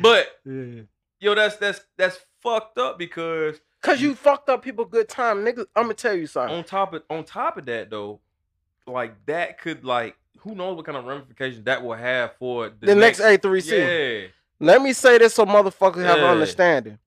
But
yeah.
yo, that's that's that's fucked up because
Cause you fucked up people good time, nigga. I'm gonna tell you something.
on top of on top of that though, like that could like who knows what kind of ramifications that will have for
The, next A3C.
Yeah,
Let me say this so motherfuckers have an
Yeah.
understanding.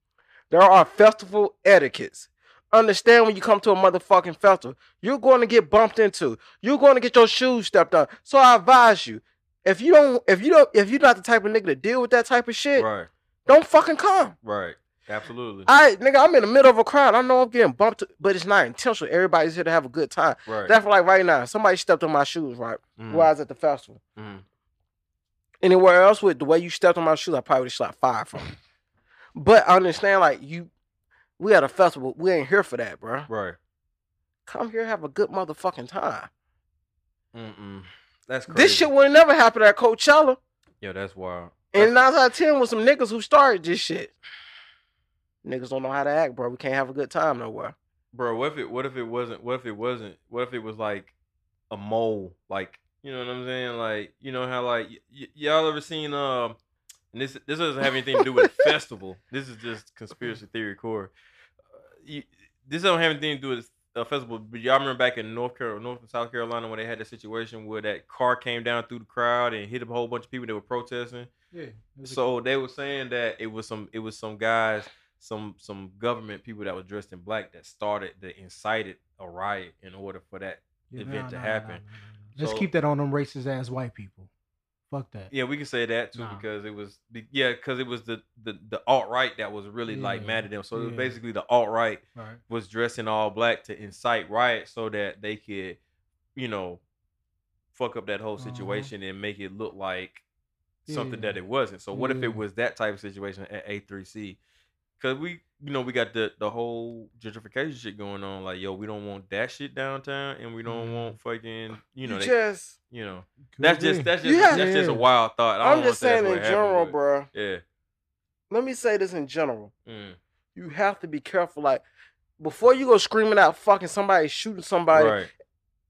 There are festival etiquettes. Understand when you come to a motherfucking festival, you're going to get bumped into. You're going to get your shoes stepped on. So I advise you, if you don't, if you don't, if you're not the type of nigga to deal with that type of shit,
right,
don't fucking come.
right, absolutely,
All right, nigga, I'm in the middle of a crowd. I know I'm getting bumped, but it's not intentional. Everybody's here to have a good time.
right.
That's like right now. Somebody stepped on my shoes, right?
Mm,
While I was at the festival.
mm.
anywhere else with the way you stepped on my shoes, I probably would have shot five from. it. But I understand, like you, we at a festival. We ain't here for that, bro.
right.
Come here, have a good motherfucking time.
Mm-mm. That's crazy.
This shit would have never happened at Coachella.
Yo, that's wild.
And nine out of ten was some niggas who started this shit. Niggas don't know how to act, bro. We can't have a good time nowhere.
bro, what if it? What if it wasn't? What if it wasn't? What if it was like a mole? Like you know what I'm saying? Like you know how like y- y- y'all ever seen um? And this this doesn't have anything to do with festival. This is just conspiracy theory core. Uh, you, this don't have anything to do with a festival. But y'all remember back in North Carolina, North and South Carolina, when they had that situation where that car came down through the crowd and hit a whole bunch of people that were protesting.
Yeah. it was a-
So they were saying that it was some it was some guys, some some government people that was dressed in black that started that incited a riot in order for that.
yeah,
event to happen.
Let's
So-
keep that on them racist ass white people. Fuck that.
Yeah, we can say that too
Nah.
because it was the- yeah because it was the the, the alt right that was really like
Yeah,
mad at them. So it was
yeah.
basically the alt right
Right.
was dressed in all black to incite riots so that they could you know fuck up that whole
Mm-hmm.
Uh-huh.
situation and make it look like something
Yeah.
that it wasn't. So what if
Yeah.
it was that type of situation at A3C? Cause we, you know, we got the the whole gentrification shit going on. Like, yo, we don't want that shit downtown, and we don't
Mhm.
want fucking, you know,
Mm-hmm. you
they,
just,
you know,
Could
that's
be.
just that's just
Yeah.
that's just a
Yeah.
wild thought. I
I'm
don't
just saying in general,
bro.
bro.
Yeah,
Let me say this in general.
Mm.
You have to be careful, like before you go screaming out, fucking somebody shooting somebody
right.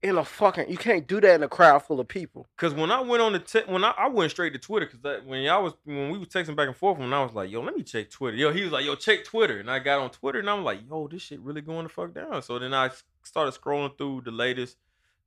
in a fucking. You can't do that in a crowd full of people.
Cause when I went on the te- when I, I went straight to Twitter, cause that, when y'all was when we was texting back and forth, when I was like, yo, let me check Twitter. Yo, he was like, yo, check Twitter, and I got on Twitter, and I'm like, yo, this shit really going the fuck down. So then I s- started scrolling through the latest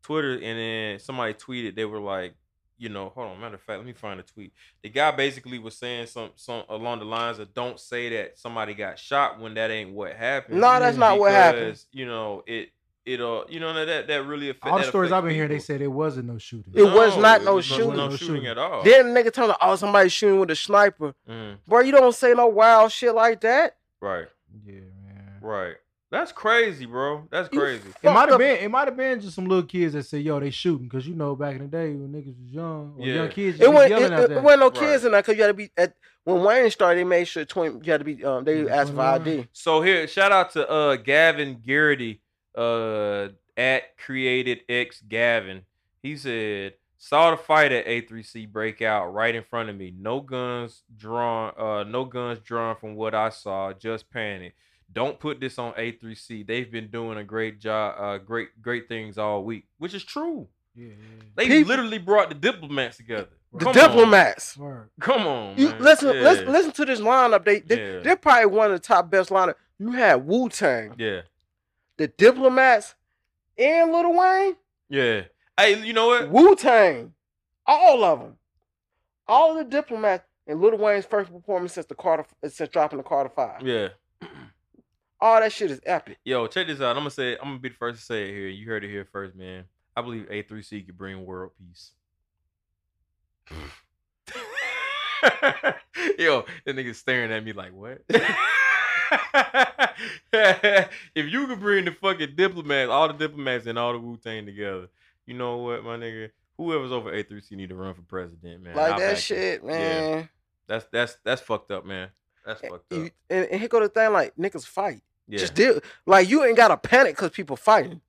Twitter, and then somebody tweeted they were like, you know, hold on, matter of fact, let me find a tweet. The guy basically was saying some some along the lines of, don't say that somebody got shot when that ain't what happened.
No, that's not what happened.
Because, You know it. It'll, you know that that really affects.
All the stories I've been hearing, they said there wasn't no shooting.
It was not no
No
shooting.
shooting at all.
Then the nigga telling, oh, somebody shooting with a sniper.
Mm,
Bro, you don't say no wild shit like that.
right,
Yeah, man.
right. That's crazy, bro. That's
You
crazy.
It
fucked
might have
up.
been. It might have been just some little kids that said, "Yo, they shooting," because you know back in the day when niggas was young, or
Yeah.
young kids, just
It
be
wasn't,
yelling
it,
out
it,
there.
it wasn't no
Right.
kids in there because you had to be at. When Wayne started, they made sure twenty. You had to be. Um, they
Yeah,
asked for
21.
ID.
So here, shout out to uh Gavin Garrity, uh at created X Gavin. He said, saw the fight at A3C breakout right in front of me. No guns drawn, uh, no guns drawn from what I saw, just panic. Don't put this on A3C. They've been doing a great job, uh, great, great things all week, which is true.
Yeah, yeah.
They
People-
literally brought the diplomats together.
The
Come on.
diplomats.
Word.
Come on,
You,
man.
listen,
yeah.
listen, listen to this lineup. They, they
Yeah.
they're probably one of the top best lineup. You had Wu Tang,
Yeah,
the Diplomats, and Lil Wayne.
yeah. Hey, you know what?
Wu Tang, all of them, all the Diplomats, and Lil Wayne's first performance since the Carter since dropping the Carter Five.
Yeah.
All that shit is epic.
Yo, check this out. I'm gonna say I'm gonna be the first to say it here. You heard it here first, man. I believe A3C could bring world peace. Yo, that nigga staring at me like what? if you could bring the fucking diplomats, all the diplomats and all the Wu Tang together, you know what, my nigga? Whoever's over A3C need to run for president, man.
like
I
that
back it.
shit,
Yeah.
man. Eh,
That's that's that's fucked up, man. That's fucked up.
You- and, and here go the thing, like niggas fight.
Yeah.
Just deal. Like you ain't gotta panic because people fighting.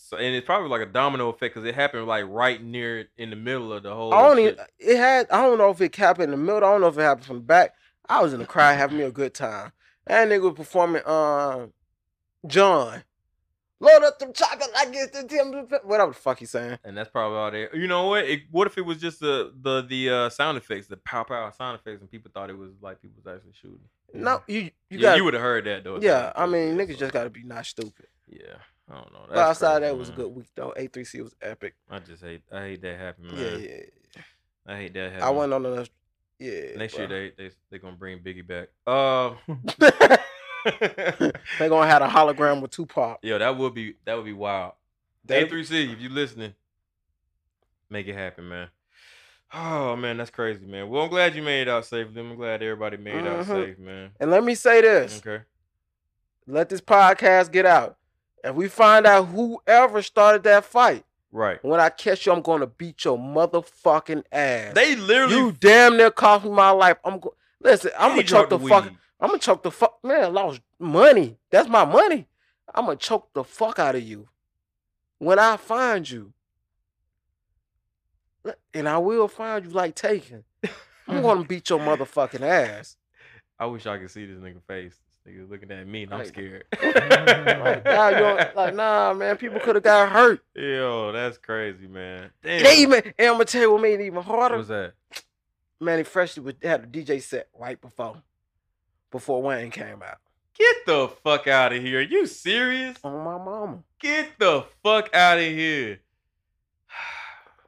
So and it's probably like a domino effect because it happened like right near in the middle of the whole.
I don't e
shit.
even, it had I don't know if it happened in the middle, I don't know if it happened from the back. I was in the crowd having me a good time. That nigga was performing um John. Load up them chocolate like it's the Tim whatever the fuck he's saying.
and that's probably all there. You know what? It, what if it was just the the the uh, sound effects, the pow pow sound effects, and people thought it was like people was actually shooting?
No, you you
you,
got
you would have heard that though. if
Yeah,
that
I mean
happened,
niggas
so,
just gotta be not stupid.
Yeah, I don't know.
but outside
crazy,
that was a
man.
good week though. A three C was epic.
I just hate. I hate that happening. Man.
Yeah, yeah.
I hate that happening.
I wasn't on enough yeah.
Next
bro.
year they they they gonna bring Biggie back. Uh,
they gonna have a hologram with Tupac.
yo, that would be that would be wild. A
That,
three C, if you listening, make it happen, man. Oh man, that's crazy, man. Well, I'm glad you made it out safely. I'm glad everybody made it
Mhm.
out safe, man.
and let me say this.
Okay.
let this podcast get out. If we find out whoever started that fight,
Right.
when I catch you, I'm gonna beat your motherfucking ass.
They literally
you damn near cost me my life. I'm go- listen. I'm gonna
did
choke the
weed.
fuck. I'm gonna choke the fuck. Man, I lost money. That's my money. I'm gonna choke the fuck out of you when I find you. Le- And I will find you like taken. I'm gonna beat your motherfucking ass.
I wish I could see this nigga face. This nigga looking at me and I'm
Like-
scared.
Like, nah, you don't- like, nah, man. People could have got hurt.
Yo, that's crazy, man. Damn.
They even and I'm gonna tell you what made it even
what
harder.
was that?
Manny Freshly would had a DJ set right before before Wayne came out.
Get the fuck out of here. you serious?
On my mama.
Get the fuck out of here.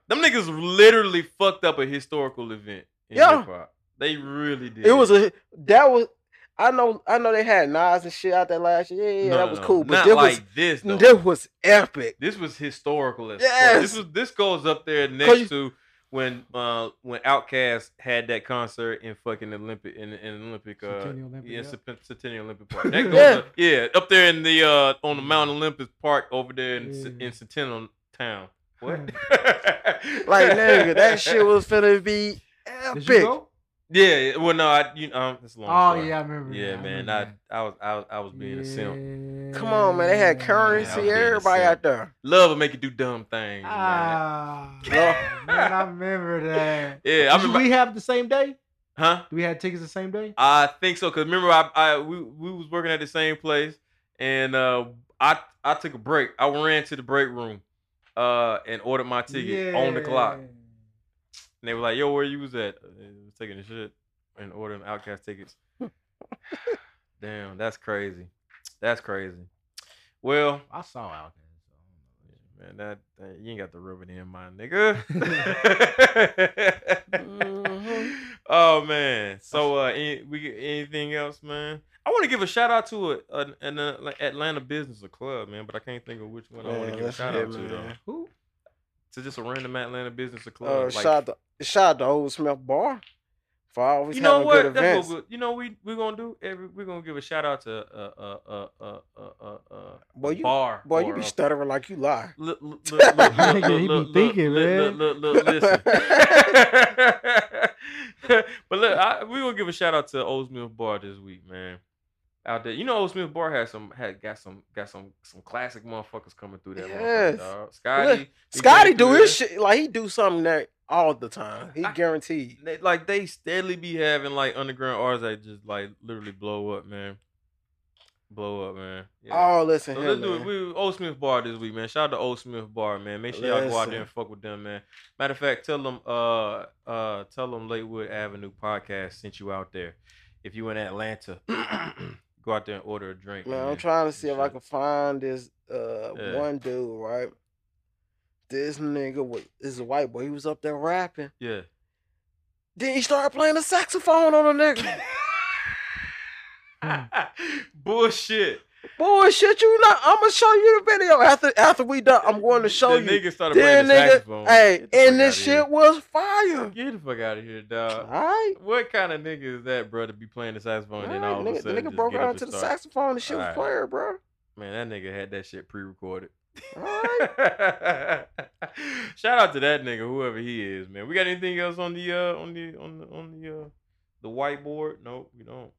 Them niggas literally fucked up a historical event in
Yeah.
hip hop. They really did.
It was a that was I know I know they had Nas and shit out there last year. Yeah, yeah,
No,
that
no,
was
no.
cool. But
Not
this
like this. Though.
was this was epic.
This was historical as fuck.
Yes.
This was this goes up there
Cause
next
you-
to when uh when Outkast had that concert in fucking Olympic in, in Olympic uh
Centennial Olympic,
yeah,
yeah.
Cent- Centennial Olympic Park. That goes
Yeah.
up, yeah, up there in the uh on the Mount Olympus Park over there in, C-
Yeah.
in Centennial Town. What?
Like nigga, that shit was finna be
Did
epic.
you go?
Yeah, yeah, well no, I you um it's a long
Oh
story.
yeah, I remember.
Yeah, man. I, I was I was I was being a simp.
Come on, man. They
Mm,
had currency,
Yeah,
everybody
yeah.
out there.
Love will make you do dumb things. man.
Ah,
Lord.
man, I remember that.
Yeah, I
Did
remember
we have the same day?
Huh?
Do we have tickets the same day?
I think so. Cause remember, I, I we, we was working at the same place, and uh, I I took a break. I ran to the break room, uh, and ordered my ticket on the clock. And they were like, "Yo, where you was at?" Uh, taking a shit and ordering Outcast tickets. Damn, that's crazy. That's crazy. Well,
I saw out there.
man, that, that- you ain't got to rub it in, my
Mm-hmm.
nigga. oh man. So uh, any, we anything else, man? I want to give a shout out to a, an, an uh, like Atlanta business or club, man, but I can't think of which one I want
Man,
to give a
let's
shout
hear
out
it,
to though.
man.
Who?
To just a random Atlanta business or club.
Uh,
like-
shout out to shout out to Old Smith Bar for always
you know
having
what?
good
That's
events.
what we, you know we we're gonna do. Every we're gonna give a shout out to uh uh uh uh uh uh, uh
Boy, you-
bar.
Boy,
or
you be
a
stuttering like you lie.
Look, look, look, look,
Nigga,
look,
he be
look, look,
thinking,
look,
man.
look, look, look, listen. but look, I, we gonna give a shout out to Old Smith Bar this week, man. Out there, you know, Old Smith Bar had some had got some got some some classic motherfuckers coming through that. motherfucker,
Yes.
dog. Scotty, he
Scotty
came
do
through
his
there.
shit like he do something that all the time. He
eh? I-
guaranteed.
They, like they steadily be having like underground artists that just like literally blow up, man. blow up, man. Yeah.
All this in
So
here,
let's do it.
man.
We Old Smith Bar this week, man. Shout out to Old Smith Bar, man. Make sure y'all go out
Listen.
there and fuck with them, man. Matter of fact, tell them, uh, uh, tell them Lakewood Avenue podcast sent you out there. If you in Atlanta, go out there and order a drink.
Man, I'm trying to see if I
Shit.
can find this uh
Yeah.
one dude, right? This nigga was is a white boy. He was up there rapping.
Yeah.
Then he started playing the saxophone on a nigga. Hmm.
Bullshit.
Bullshit, you not. I'm gonna show you the video after after we done. I'm going to show
the
you.
Nigga started
Then
playing the
nigga,
saxophone.
hey,
Get the
and
fuck
this
outta
shit was fire.
here. Get the fuck out of here, dog.
All right.
What kind of nigga is that, bro, to be playing the saxophone and then all of a
nigga, the
sudden
nigga
just
broke
get up
out
and
to the
start?
saxophone and shit was
Alright.
fire, bro.
Man, that nigga had that shit pre-recorded.
All right.
Shout out to that nigga, whoever he is, man. We got anything else on the uh on the on the on the uh the whiteboard? Nope, we don't.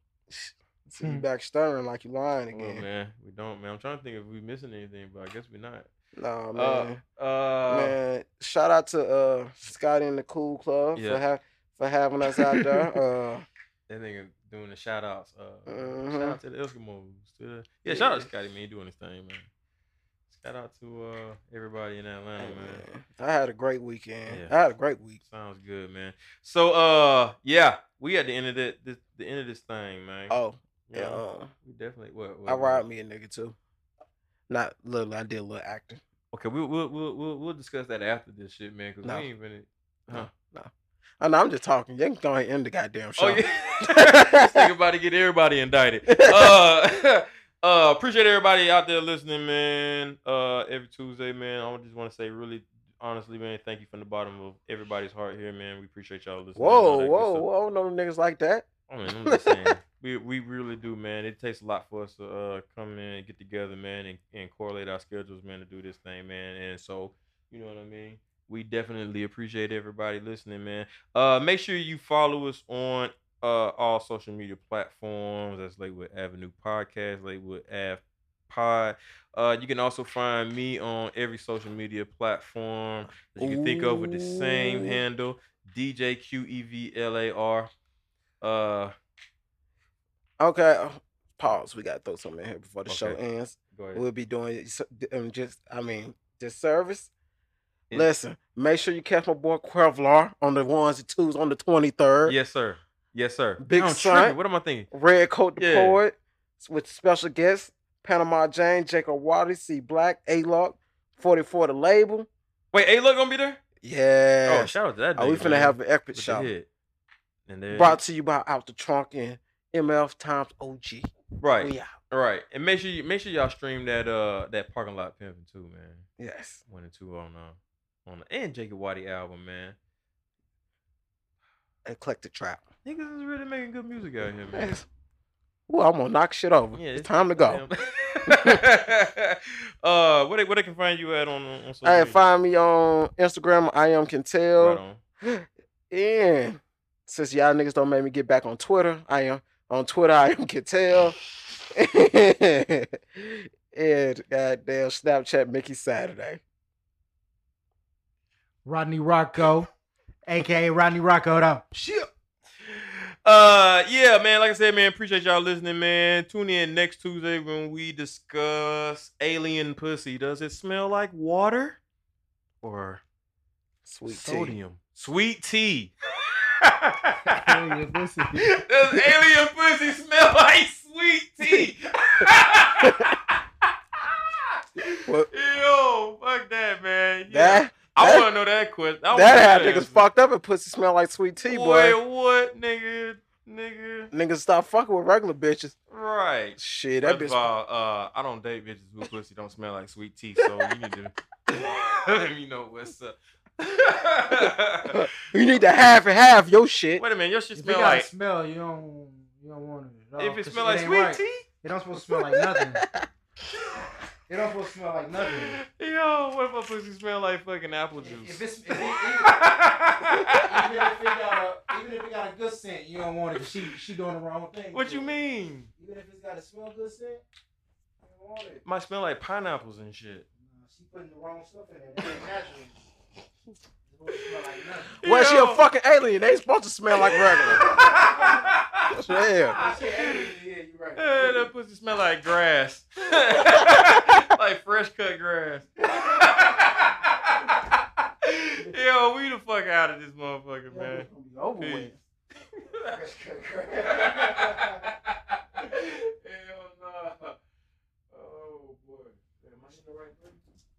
See you back stuttering like you lying
Oh,
again.
man, we don't, man. I'm trying to think if we missing anything, but I guess we're not.
Nah,
Uh,
Oh, man.
Uh,
man, shout out to uh Scotty and the Cool Club
Yeah.
for ha- for having us out there. Uh,
that nigga doing the shout outs. Uh,
Mhm.
Shout out to the Eskimos. To the, yeah,
Yeah.
shout out to Scotty, man. He doing his thing, man. Shout out to uh everybody in Atlanta, man.
man, I had a great weekend.
Yeah.
I had a great week.
Sounds good, man. So uh yeah, we at the end of the this, the end of this thing, man.
Oh,
You
yeah.
know,
Uh,
we definitely what,
I
what-
robbed me a nigga too. Not little. I did a little acting.
Okay, we'll we'll we'll we'll, we'll discuss that after this shit, man, because
No.
we ain't been
I know. I'm just talking. You can go ahead and end the goddamn show.
Oh yeah. This nigga about to get everybody indicted. Uh Uh, appreciate everybody out there listening, man. Uh, every Tuesday, man. I just want to say, really, honestly, man, thank you from the bottom of everybody's heart here, man. We appreciate y'all listening. and all
Whoa,
that good
whoa,
stuff.
whoa! No niggas like that.
I mean, I'm just saying, we we really do, man. It takes a lot for us to uh, come in and get together, man, and, and correlate our schedules, man, to do this thing, man. And so, you know what I mean. We definitely appreciate everybody listening, man. Uh, make sure you follow us on uh all social media platforms. That's Lakewood Avenue Podcast, Lakewood Ave Pod. Uh, you can also find me on every social media platform that you can think of with the same
Ooh.
handle, DJ Q E V L A R. Uh,
Okay. uh, Pause. We gotta throw something in here before the show
Okay.
ends.
go ahead.
We'll be doing so- um, just. I mean, disservice.
Yeah.
Listen, make sure you catch my boy Kevlar on the ones and twos on the twenty third.
Yes, sir. Yes, sir.
Big
Damn, I'm
Sun.
tripping. What am I thinking?
Red Coat the
Yeah.
Poet with special guests Panama Jane, Jacob Waddy, C Black, A Lock, 44 The Label.
Wait, A Look gonna be there?
Yeah.
Oh, shout out to that.
Oh, we
nigga,
finna
man.
have an epic
With the
show.
hit. And there,
Brought to you by Out the Trunk and MF Times OG.
right,
We out.
right, and make sure you make sure y'all stream that uh that parking lot pimping too, man.
Yes.
One and two on uh on the and Jacob Waddy album, man.
Eclectic Trap.
Niggas is really making good music out here, man.
Yes. Ooh, I'm gonna knock shit over.
Yeah,
it's
it's-
time to go.
Damn. uh, what they what they can find you at on on social
Hey,
media?
find me on Instagram. I am can tell.
Right on.
And since y'all niggas don't make me get back on Twitter, I am on Twitter. I am Cattell. and goddamn Snapchat Mickey Saturday.
Rodney Rocco, aka Rodney Rocco, though. Shit.
Uh yeah, man. Like I said, man, appreciate y'all listening, man. Tune in next Tuesday when we discuss alien pussy. Does it smell like water or
Sweet tea.
sodium? Sweet tea.
Alien pussy.
Does alien pussy smell like sweet tea?
Well,
Yo, fuck that, man. Yeah.
that
I
that-
want to know that question. I wanna know
that had niggas
answer.
fucked up and pussy smell like sweet tea, boy.
Boy, what, nigga, nigga?
Niggas stop fucking with regular bitches.
Right.
Shit, that
First of
bitch.
all, uh, I don't date bitches whose pussy don't smell like sweet tea, so you need to let me know what's up. Wait
You need to half and half your shit.
a minute, your shit
If it
smell
got
like.
a smell, you don't you don't want it. at all,
If Oh, it
'cause
smell like
ain't
sweet
right.
tea,
It don't supposed to smell like nothing. It don't supposed to smell like nothing.
yo, what if my pussy smell like fucking apple juice?
If it's if it, even if it got a even if it got a good scent, you don't want it. 'cause She she doing the wrong thing.
what
to
you
it.
mean?
Even if it's got a smell good scent, you don't want it.
Might smell like pineapples and shit.
Nah, She putting the wrong stuff in there. That ain't natural. It's
Well, she
Yo.
a fucking alien. They supposed to smell like regular. Yeah.
I said alien, yeah, you right.
Eh, that pussy smell like grass, like fresh cut grass. Yo, we the fuck out of this motherfucker, man.
Over
Peace.
with.
Hell nah. Oh boy. Am I in the right place?